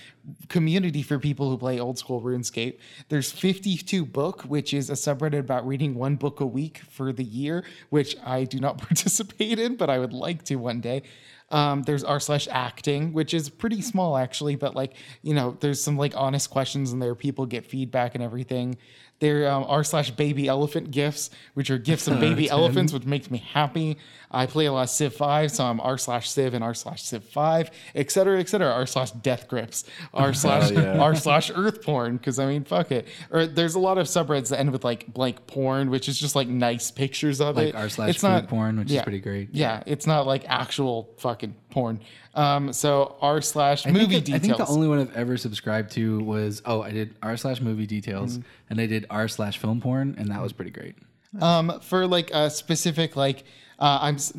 Speaker 3: community for people who play old school RuneScape. There's 52 book, which is a subreddit about reading one book a week for the year, which I do not participate in, but I would like to one day. Um, there's r slash acting, which is
Speaker 1: Hmm.
Speaker 3: pretty small actually, but like you know, there's some like honest questions in there. People get feedback and everything. There um, r slash baby elephant gifts, which are gifts of baby elephants, which makes me happy. I play a lot of Civ Five, so I'm r slash Civ and r slash Civ Five, et cetera, et cetera. R slash death grips, r slash r slash earth porn, because I mean, fuck it. Or there's a lot of subreddits that end with like blank porn, which is just like nice pictures of
Speaker 1: Like
Speaker 3: it.
Speaker 1: r slash
Speaker 3: It's
Speaker 1: food
Speaker 3: not-
Speaker 1: porn, which
Speaker 3: yeah.
Speaker 1: is pretty great.
Speaker 3: Yeah, it's not like actual fucking porn. Um, so r slash
Speaker 1: I think
Speaker 3: movie
Speaker 1: that- I think
Speaker 3: details.
Speaker 1: the only one I've ever subscribed to was oh I did r slash movie details
Speaker 4: Mm.
Speaker 1: and I did r slash film porn and that was pretty great.
Speaker 3: um, for like a specific like. Uh, I'm s-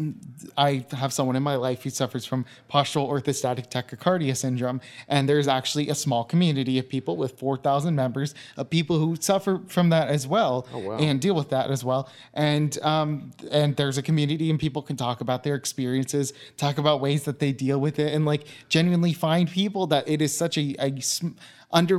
Speaker 3: I have someone in my life who suffers from postural orthostatic tachycardia syndrome, and there's actually a small community of people with 4,000 members of people who suffer from that as well
Speaker 1: Oh,
Speaker 3: and deal with that as well. And um, and there's a community, and people can talk about their experiences, talk about ways that they deal with it, and like genuinely find people that it is such a, a sm-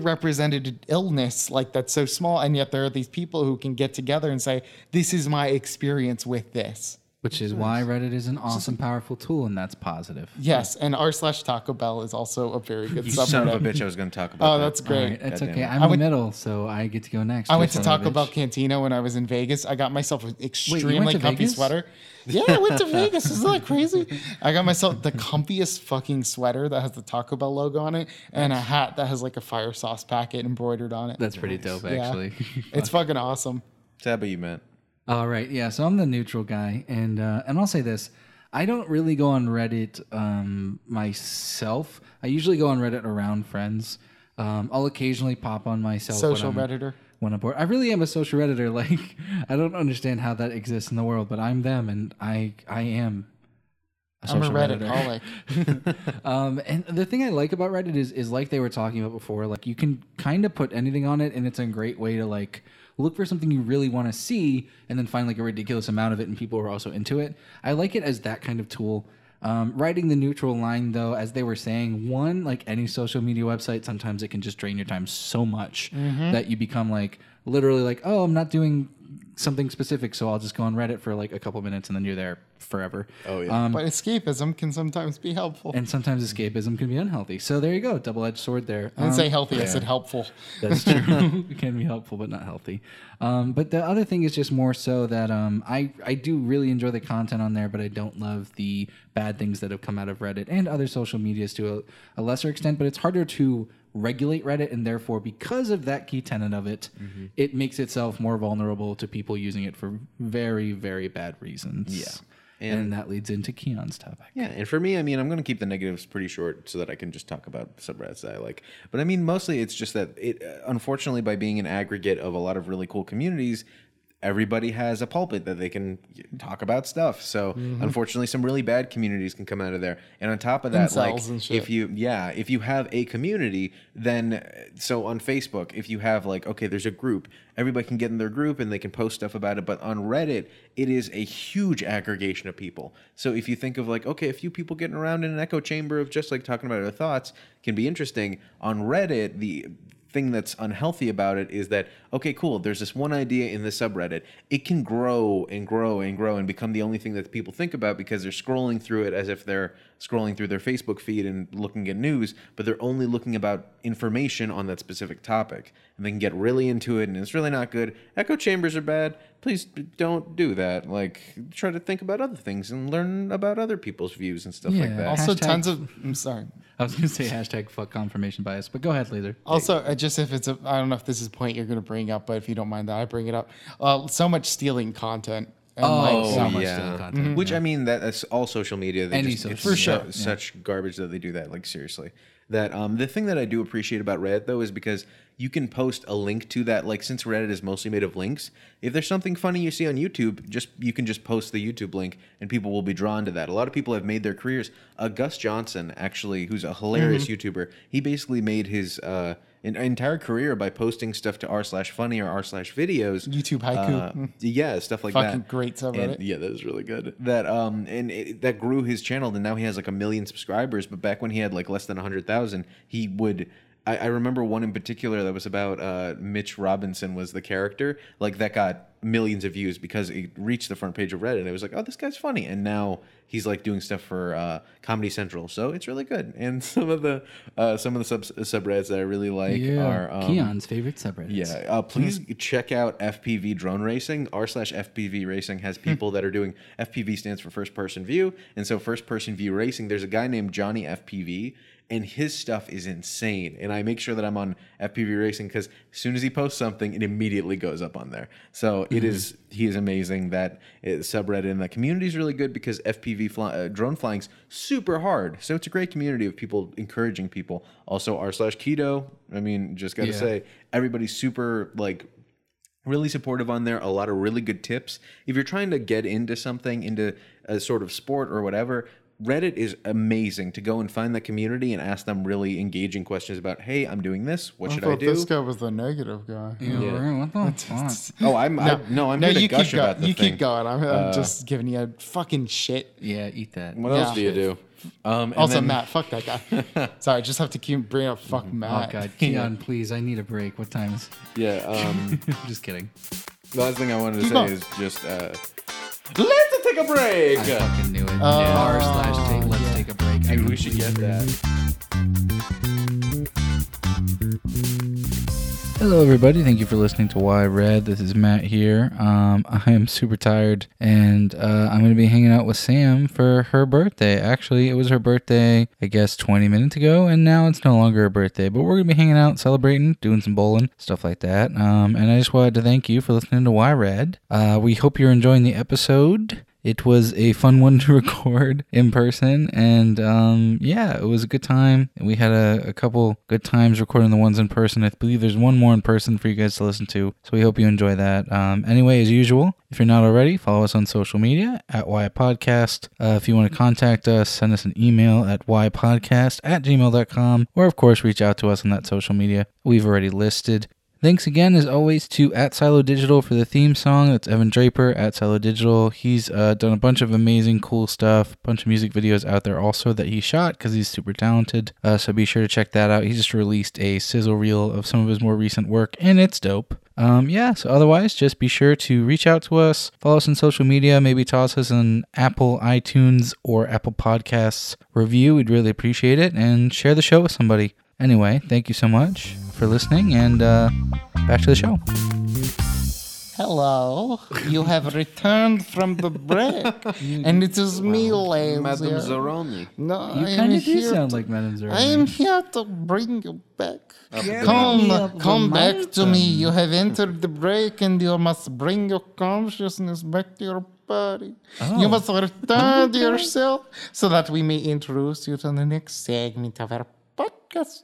Speaker 3: underrepresented illness like that's so small and yet there are these people who can get together and say this is my experience with this
Speaker 1: Which is why Reddit is an awesome, powerful tool, and that's positive.
Speaker 3: yes and r slash taco bell is also a very good
Speaker 4: You son
Speaker 3: subreddit
Speaker 4: of a bitch! I was going to talk about.
Speaker 3: oh that's
Speaker 1: All
Speaker 3: great
Speaker 1: right, that's
Speaker 4: Goddamn
Speaker 1: okay.
Speaker 4: it.
Speaker 1: I'm
Speaker 3: I
Speaker 1: in the
Speaker 3: went-
Speaker 1: middle, so I get to go next.
Speaker 3: I went to
Speaker 1: Son of a
Speaker 3: Taco
Speaker 1: bitch.
Speaker 3: Bell Cantina when I was in Vegas. I got myself an extremely
Speaker 1: to
Speaker 3: comfy
Speaker 1: Vegas?
Speaker 3: sweater. Yeah, I went to Vegas. Isn't that crazy? I got myself the comfiest fucking sweater that has the Taco Bell logo on it and a hat that has like a fire sauce packet embroidered on it.
Speaker 1: That's pretty dope, actually.
Speaker 3: it's fucking awesome.
Speaker 4: It's how about you, Matt?
Speaker 1: All right, yeah. So I'm the neutral guy, and uh, and I'll say this: I don't really go on Reddit um, myself. I usually go on Reddit around friends. Um, I'll occasionally pop on myself. when
Speaker 3: Social
Speaker 1: I'm-
Speaker 3: Redditor.
Speaker 1: When I'm bored, I really am a social redditor. Like I don't understand how that exists in the world, but I'm them, and I I am.
Speaker 3: I'm a
Speaker 1: social redditor.
Speaker 3: Redditolic.
Speaker 1: Um, and the thing I like about Reddit is, is like they were talking about before, like you can kind of put anything on it, and it's a great way to like look for something you really want to see, and then find like a ridiculous amount of it, and people are also into it. I like it as that kind of tool. Um, writing the neutral line, though, as they were saying, one like any social media website, sometimes it can just drain your time so much that you become like literally like, oh, I'm not doing something specific, so I'll just go on Reddit for like a couple minutes, and then you're there forever. Oh yeah.
Speaker 4: Mm.
Speaker 3: but escapism can sometimes be helpful.
Speaker 1: and sometimes escapism can be unhealthy. So there you go, double-edged sword there.
Speaker 3: I
Speaker 1: Um,
Speaker 3: didn't say healthy, I said helpful.
Speaker 1: that's true. it can be helpful, but not healthy. Um, but the other thing is just more so that um, I I do really enjoy the content on there, but I don't love the bad things that have come out of Reddit and other social medias to a, a lesser extent. But it's harder to regulate Reddit, and therefore, because of that key tenet of it, it makes itself more vulnerable to people using it for very very bad reasons. Yeah. And, that leads into Keon's topic.
Speaker 4: Yeah, and for me, I mean, I'm going to keep the negatives pretty short so that I can just talk about subreddits that I like. But I mean, mostly it's just that it, uh, unfortunately, by being an aggregate of a lot of really cool communities, everybody has a pulpit that they can talk about stuff. So
Speaker 3: Mm-hmm.
Speaker 4: unfortunately, some really bad communities can come out of there. And on top of that,
Speaker 3: Incels
Speaker 4: like
Speaker 3: and shit.
Speaker 4: if you yeah, if you have a community, then uh, so on Facebook, if you have like okay, there's a group, everybody can get in their group and they can post stuff about it. But on Reddit, it is a huge aggregation of people. So if you think of like okay, a few people getting around in an echo chamber of just like talking about their thoughts can be interesting. On Reddit, the thing that's unhealthy about it is that okay cool there's this one idea in the subreddit it can grow and grow and grow and become the only thing that people think about because they're scrolling through it as if they're scrolling through their Facebook feed and looking at news, but they're only looking about information on that specific topic. And they can get really into it, and it's really not good. Echo chambers are bad. Please d- don't do that. Like, try to think about other things and learn about other people's views and stuff like
Speaker 1: Yeah.
Speaker 4: that.
Speaker 3: Also,
Speaker 1: Hashtag-
Speaker 3: tons of. I'm sorry.
Speaker 1: I was going to say hashtag fuck confirmation bias, but go ahead, Laser.
Speaker 3: Also, uh, just if it's a, I don't know if this is a point you're going to bring up, but if you don't mind that, I bring it up. Uh, so much stealing content. And
Speaker 1: Oh,
Speaker 3: so
Speaker 1: so much
Speaker 4: yeah.
Speaker 1: still content.
Speaker 4: Which I mean, that, that's all social media. They
Speaker 1: Any
Speaker 4: just,
Speaker 1: social
Speaker 4: it's
Speaker 1: For
Speaker 4: so-
Speaker 3: sure.
Speaker 4: such garbage that they do that. Like seriously, that um, the thing that I do appreciate about Reddit though is because you can post a link to that. Like since Reddit is mostly made of links, if there's something funny you see on YouTube, just you can just post the YouTube link, and people will be drawn to that. A lot of people have made their careers. Uh, Gus Johnson, actually, who's a hilarious YouTuber, he basically made his. Uh, an entire career by posting stuff to r slash funny or r slash videos
Speaker 3: YouTube haiku.
Speaker 4: uh, yeah stuff like
Speaker 3: Fucking
Speaker 4: that
Speaker 3: great subreddit.
Speaker 4: And- yeah, that was really good. That um and it, that grew his channel, and now he has like a million subscribers. But back when he had like less than hundred thousand, he would. I, I remember one in particular that was about uh, Mitch Robinson was the character. Like that got millions of views because it reached the front page of Reddit. And it was like, oh, this guy's funny, and now he's like doing stuff for uh, Comedy Central, so it's really good. And some of the uh, some of the sub subreddits that I really like
Speaker 1: Yeah.
Speaker 4: are um,
Speaker 1: Keon's favorite subreddits.
Speaker 4: yeah, uh, please check out FPV drone racing. R slash FPV racing has people that are doing FPV stands for first person view, and so first person view racing. There's a guy named Johnny FPV, and his stuff is insane. And I make sure that I'm on FPV racing because as soon as he posts something, it immediately goes up on there. So it is he is amazing. That uh, subreddit and the community is really good because FPV fly, uh, drone flying's super hard. So it's a great community of people encouraging people. Also r slash keto. I mean, just gotta
Speaker 1: Yeah.
Speaker 4: say everybody's super like really supportive on there a lot of really good tips if you're trying to get into something into a sort of sport or whatever reddit is amazing to go and find that community and ask them really engaging questions about hey i'm doing this what should i
Speaker 3: thought this
Speaker 4: do
Speaker 3: guy was the negative guy.
Speaker 1: Yeah. What the fuck?
Speaker 4: oh i'm no, I, no i'm here to
Speaker 3: you
Speaker 4: gush
Speaker 3: keep
Speaker 4: about
Speaker 3: going.
Speaker 4: the
Speaker 3: You
Speaker 4: thing Uh,
Speaker 3: keep going. I'm, I'm just giving you a fucking shit.
Speaker 1: Yeah, eat that.
Speaker 4: what
Speaker 3: Yeah.
Speaker 4: else do you do um and
Speaker 3: Also,
Speaker 4: then- Mm-hmm.
Speaker 3: Matt, fuck that guy. Sorry, I just have to keep bringing up fuck
Speaker 1: Oh
Speaker 3: Matt.
Speaker 1: god, Keon, please, I need a break. What time is?
Speaker 4: yeah um
Speaker 1: I'm just kidding.
Speaker 4: the last thing i wanted to
Speaker 3: Keep
Speaker 4: say
Speaker 3: going.
Speaker 4: is just uh let's take a break
Speaker 1: I fucking knew it. R slash take. Let's take a break. I
Speaker 4: Dude, we should get
Speaker 1: completely-
Speaker 4: that
Speaker 1: Hello, everybody. Thank you for listening to Why Red. This is Matt here. Um, I am super tired, and uh, I'm going to be hanging out with Sam for her birthday. Actually, it was her birthday, I guess, 20 minutes ago, and now it's no longer her birthday. But we're going to be hanging out, celebrating, doing some bowling, stuff like that. Um, and I just wanted to thank you for listening to Why Red. Uh, we hope you're enjoying the episode. It was a fun one to record in person, and um, yeah, it was a good time. We had a, a couple good times recording the ones in person. I believe there's one more in person for you guys to listen to, so we hope you enjoy that. Um, anyway, as usual, if you're not already, follow us on social media at Why Podcast. Uh, if you want to contact us, send us an email at whypodcast at gmail.com, or of course, reach out to us on that social media we've already listed. Thanks again, as always, to at Silo Digital for the theme song. That's Evan Draper at Silo Digital. He's uh, done a bunch of amazing, cool stuff, a bunch of music videos out there also that he shot because he's super talented. Uh, so be sure to check that out. He just released a sizzle reel of some of his more recent work, and it's dope. Um, yeah, so otherwise, just be sure to reach out to us, follow us on social media, maybe toss us an Apple iTunes or Apple Podcasts review. We'd really appreciate it, and share the show with somebody. Anyway, thank you so much for listening, and uh, back to the show.
Speaker 3: Hello, you have returned from the break, and it is me, Laser.
Speaker 4: madame Zoroni.
Speaker 3: No, I am
Speaker 1: Kind of do
Speaker 3: here.
Speaker 1: sound
Speaker 3: to-
Speaker 1: like Madame Zero.
Speaker 3: I am here to bring you back.
Speaker 4: Yeah.
Speaker 3: Come, come back to me. You have entered the break, and you must bring your consciousness back to your body. You
Speaker 1: Oh.
Speaker 3: must return to yourself so that we may introduce you to the next segment of our podcast.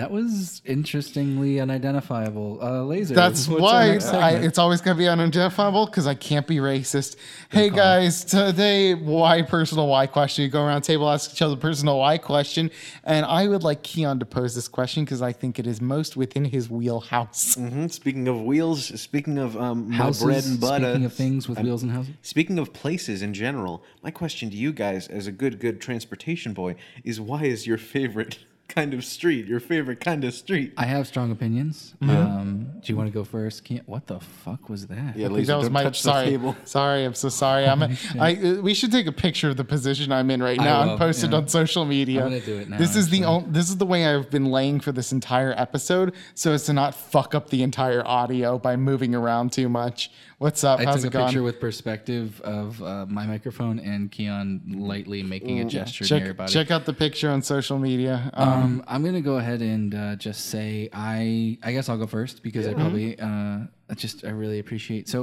Speaker 1: That was interestingly unidentifiable. Uh, laser.
Speaker 3: That's
Speaker 1: what's our
Speaker 3: why
Speaker 1: next
Speaker 3: I,
Speaker 1: segment?
Speaker 3: it's always going to be unidentifiable because I can't be racist. Hey guys, today why personal why question? You go around the table, ask each other personal why question, and I would like Keon to pose this question because I think it is most within his wheelhouse.
Speaker 4: Mhm. Speaking of wheels, speaking of um, my
Speaker 1: houses,
Speaker 4: bread and butter.
Speaker 1: Speaking of things with wheels and houses.
Speaker 4: Speaking of places in general, my question to you guys, as a good, good transportation boy, is why is your favorite kind of street, your favorite kind of street.
Speaker 1: I have strong opinions.
Speaker 3: Mm-hmm.
Speaker 1: Um, do you want to go first? Can't, what the fuck was that?
Speaker 4: Yeah,
Speaker 3: That was my sorry. Sorry, I'm so sorry. I'm. I uh, we should take a picture of the position I'm in right now
Speaker 1: will,
Speaker 3: and post it
Speaker 1: yeah.
Speaker 3: on social media.
Speaker 1: I'm gonna do it now,
Speaker 3: This is the only. This is the way I've been laying for this entire episode, so as to not fuck up the entire audio by moving around too much. What's up?
Speaker 1: I
Speaker 3: How's
Speaker 1: took a
Speaker 3: it going?
Speaker 1: picture with perspective of uh, my microphone and Keon lightly making a gesture to
Speaker 3: check,
Speaker 1: everybody.
Speaker 3: check out the picture on social media. Um,
Speaker 1: Um, I'm gonna go ahead and uh, just say I. I guess I'll go first because I probably uh, I just I really appreciate. So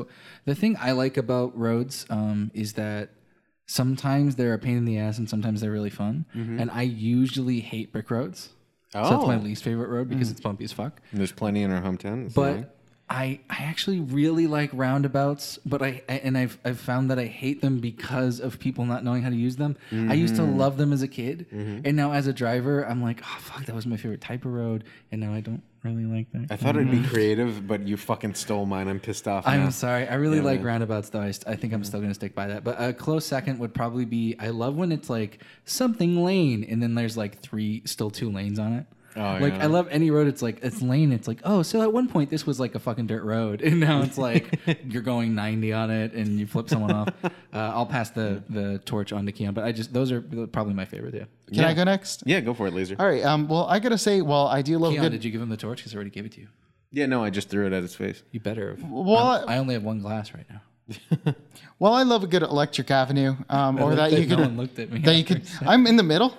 Speaker 1: the thing I like about roads um, is that sometimes they're a pain in the ass and sometimes they're really fun. And I usually hate brick roads. So that's my
Speaker 4: Oh.
Speaker 1: least favorite road because it's bumpy as fuck.
Speaker 4: There's plenty in our hometown. It's
Speaker 1: But
Speaker 4: annoying.
Speaker 1: I I actually really like roundabouts, but I I- and I've I've found that I hate them because of people not knowing how to use them. I used to love them as a kid, and now as a driver, I'm like, oh fuck, that was my favorite type of road, and now I don't really like that.
Speaker 4: I thought it'd be creative, but you fucking stole mine. I'm pissed off. now.
Speaker 1: I'm sorry. I really like roundabouts, though. I, st- I think I'm still going to stick by that. But a close second would probably be I love when it's like something lane, and then there's like three, still two lanes on it.
Speaker 4: Oh,
Speaker 1: like
Speaker 4: yeah.
Speaker 1: I love any road. It's like it's lane. It's like oh, so at one point this was like a fucking dirt road, and now it's like you're going 90 on it, and you flip someone off. Uh, I'll pass the the torch on to Keon, but I just those are probably my favorite. Yeah.
Speaker 3: Can I
Speaker 4: yeah.
Speaker 3: go next?
Speaker 4: Yeah, go for it, laser.
Speaker 3: All right. Um. Well, I gotta say, well, I do love
Speaker 1: Keon,
Speaker 3: Oh, good.
Speaker 1: did you give him the torch? Because I already gave it to you.
Speaker 4: Yeah, no, I just threw it at his face.
Speaker 1: You better. Have.
Speaker 3: Well,
Speaker 1: I only have one glass right now.
Speaker 3: well, I love a good Electric Avenue. Um. Or
Speaker 1: like
Speaker 3: that you
Speaker 1: no
Speaker 3: could.
Speaker 1: one looked at me.
Speaker 3: That you could. I'm in the middle.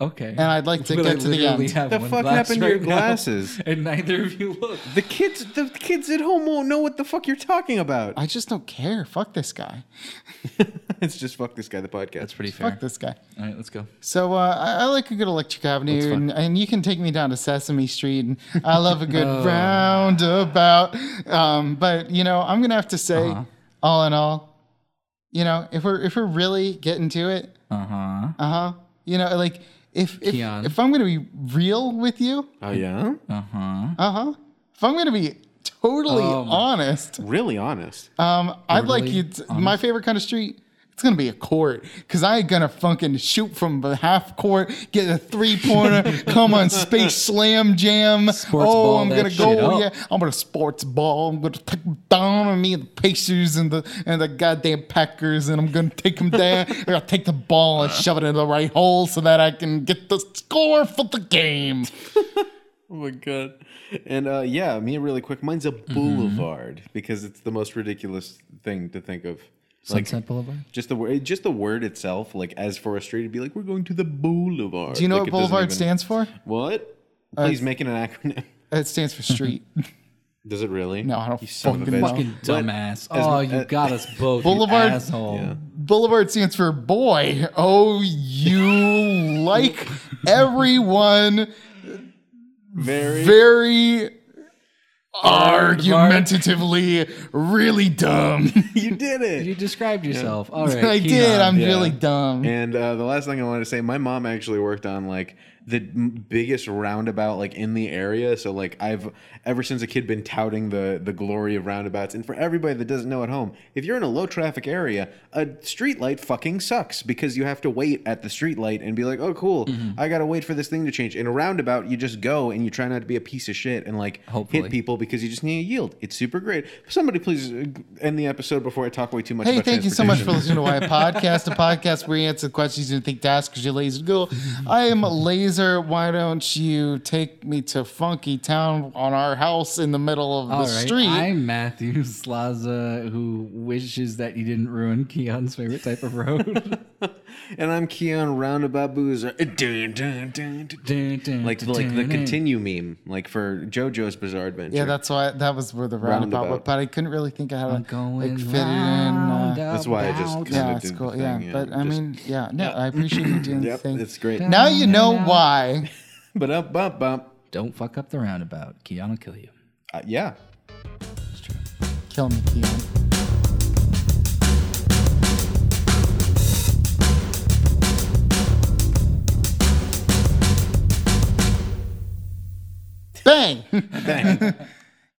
Speaker 1: Okay.
Speaker 3: And I'd like to
Speaker 1: But I
Speaker 3: get to the
Speaker 1: literally
Speaker 3: end.
Speaker 1: have
Speaker 4: The
Speaker 1: one
Speaker 4: fuck
Speaker 1: glass
Speaker 4: happened to your
Speaker 1: right now,
Speaker 4: glasses?
Speaker 1: and neither of you look.
Speaker 4: The kids, the kids at home won't know what the fuck you're talking about.
Speaker 3: I just don't care. Fuck this guy.
Speaker 4: it's just fuck this guy. The podcast.
Speaker 1: That's pretty fair.
Speaker 3: Fuck this guy.
Speaker 1: All right, let's go.
Speaker 3: So uh, I, I like a good Electric Avenue, and, and you can take me down to Sesame Street, and I love a good
Speaker 1: Oh.
Speaker 3: roundabout. Um, but you know, I'm gonna have to say,
Speaker 1: Uh-huh.
Speaker 3: all in all, you know, if we're if we're really getting to it,
Speaker 1: Uh huh.
Speaker 3: uh huh, you know, like if if,
Speaker 1: Keon.
Speaker 3: if I'm gonna be real with you,
Speaker 4: Oh yeah,
Speaker 1: Uh huh.
Speaker 3: uh huh, if I'm gonna be totally
Speaker 1: Oh my-
Speaker 3: honest,
Speaker 4: really honest.
Speaker 3: Um, I'd like
Speaker 1: Orderly,
Speaker 3: you. To, my favorite kind of street. It's gonna be a court, cause I ain't gonna fucking shoot from the half court, get a three pointer, come on, space slam jam.
Speaker 1: Sports
Speaker 3: oh,
Speaker 1: ball
Speaker 3: I'm
Speaker 1: that
Speaker 3: gonna
Speaker 1: shit
Speaker 3: go,
Speaker 1: up.
Speaker 3: yeah, I'm gonna sports ball. I'm gonna take 'em down on me and the Pacers and the and the goddamn Packers, and I'm gonna take them down. I'm gonna take the ball and shove it in the right hole so that I can get the score for the game.
Speaker 4: Oh my god. And uh, yeah, me really quick. Mine's a boulevard because it's the most ridiculous thing to think of. Like
Speaker 1: Sunset Boulevard.
Speaker 4: just the word, just the word itself. Like as for a street, it'd be like we're going to the boulevard.
Speaker 3: Do you know
Speaker 4: Like,
Speaker 3: what
Speaker 4: it doesn't
Speaker 3: Boulevard
Speaker 4: even-
Speaker 3: stands for?
Speaker 4: What? Please make it an acronym.
Speaker 3: It stands for street.
Speaker 4: Does it really?
Speaker 3: No, I don't
Speaker 4: You son of a
Speaker 3: fucking
Speaker 4: bitch.
Speaker 3: know.
Speaker 1: Fucking
Speaker 4: But
Speaker 1: dumbass.
Speaker 4: as-
Speaker 1: Oh, you
Speaker 4: uh,
Speaker 1: got us both.
Speaker 3: Boulevard-
Speaker 1: You asshole.
Speaker 3: Boulevard stands for boy. Oh, you like everyone
Speaker 4: Very.
Speaker 3: very argumentatively really dumb.
Speaker 4: you did it.
Speaker 1: You described yourself. All right.
Speaker 3: I did.
Speaker 1: Keon.
Speaker 3: I'm
Speaker 4: Yeah.
Speaker 3: really dumb.
Speaker 4: And uh, the last thing I wanted to say, my mom actually worked on like the m- biggest roundabout like in the area. So like I've ever since a kid been touting the the glory of roundabouts. And for everybody that doesn't know at home, if you're in a low traffic area, a street light fucking sucks because you have to wait at the street light and be like, oh cool,
Speaker 3: Mm-hmm.
Speaker 4: I gotta wait for this thing to change. In a roundabout, you just go and you try not to be a piece of shit and like
Speaker 1: Hopefully.
Speaker 4: hit people because you just need to yield. It's super great. Somebody please uh, end the episode before I talk way too much.
Speaker 3: Hey,
Speaker 4: about
Speaker 3: thank you so much for
Speaker 4: transportation.
Speaker 3: listening to my podcast, a podcast where you answer questions you think to ask because you're lazy to Google. I am Laser. Why don't you take me to Funky Town on our house in the middle of the
Speaker 1: All right.
Speaker 3: street?
Speaker 1: I'm Matthew Slaza, who wishes that you didn't ruin Keon's favorite type of road.
Speaker 4: And I'm Keon Roundabout Boozer. Uh, Dun, dun, dun, dun. Like like the continue meme, like for JoJo's Bizarre Adventure.
Speaker 3: Yeah, that's why that was where the roundabout,
Speaker 4: Roundabout.
Speaker 3: was, but I couldn't really think of how to
Speaker 1: Going
Speaker 3: like fit it in.
Speaker 1: round
Speaker 3: Uh,
Speaker 4: That's why I just
Speaker 1: about-
Speaker 4: kinda
Speaker 3: yeah, it's
Speaker 4: did the
Speaker 3: cool.
Speaker 4: thing,
Speaker 3: yeah,
Speaker 4: yeah,
Speaker 3: but I
Speaker 4: just-
Speaker 3: mean, yeah, no, I appreciate you doing the
Speaker 4: Yep,
Speaker 3: thing.
Speaker 4: it's great.
Speaker 1: Yeah.
Speaker 3: Now you know
Speaker 1: Yeah.
Speaker 3: why.
Speaker 4: But up, bump, bump.
Speaker 1: Don't fuck up the roundabout. Keon will kill you.
Speaker 4: Uh, yeah.
Speaker 1: It's true.
Speaker 3: Kill me, Keon. Bang!
Speaker 4: Bang.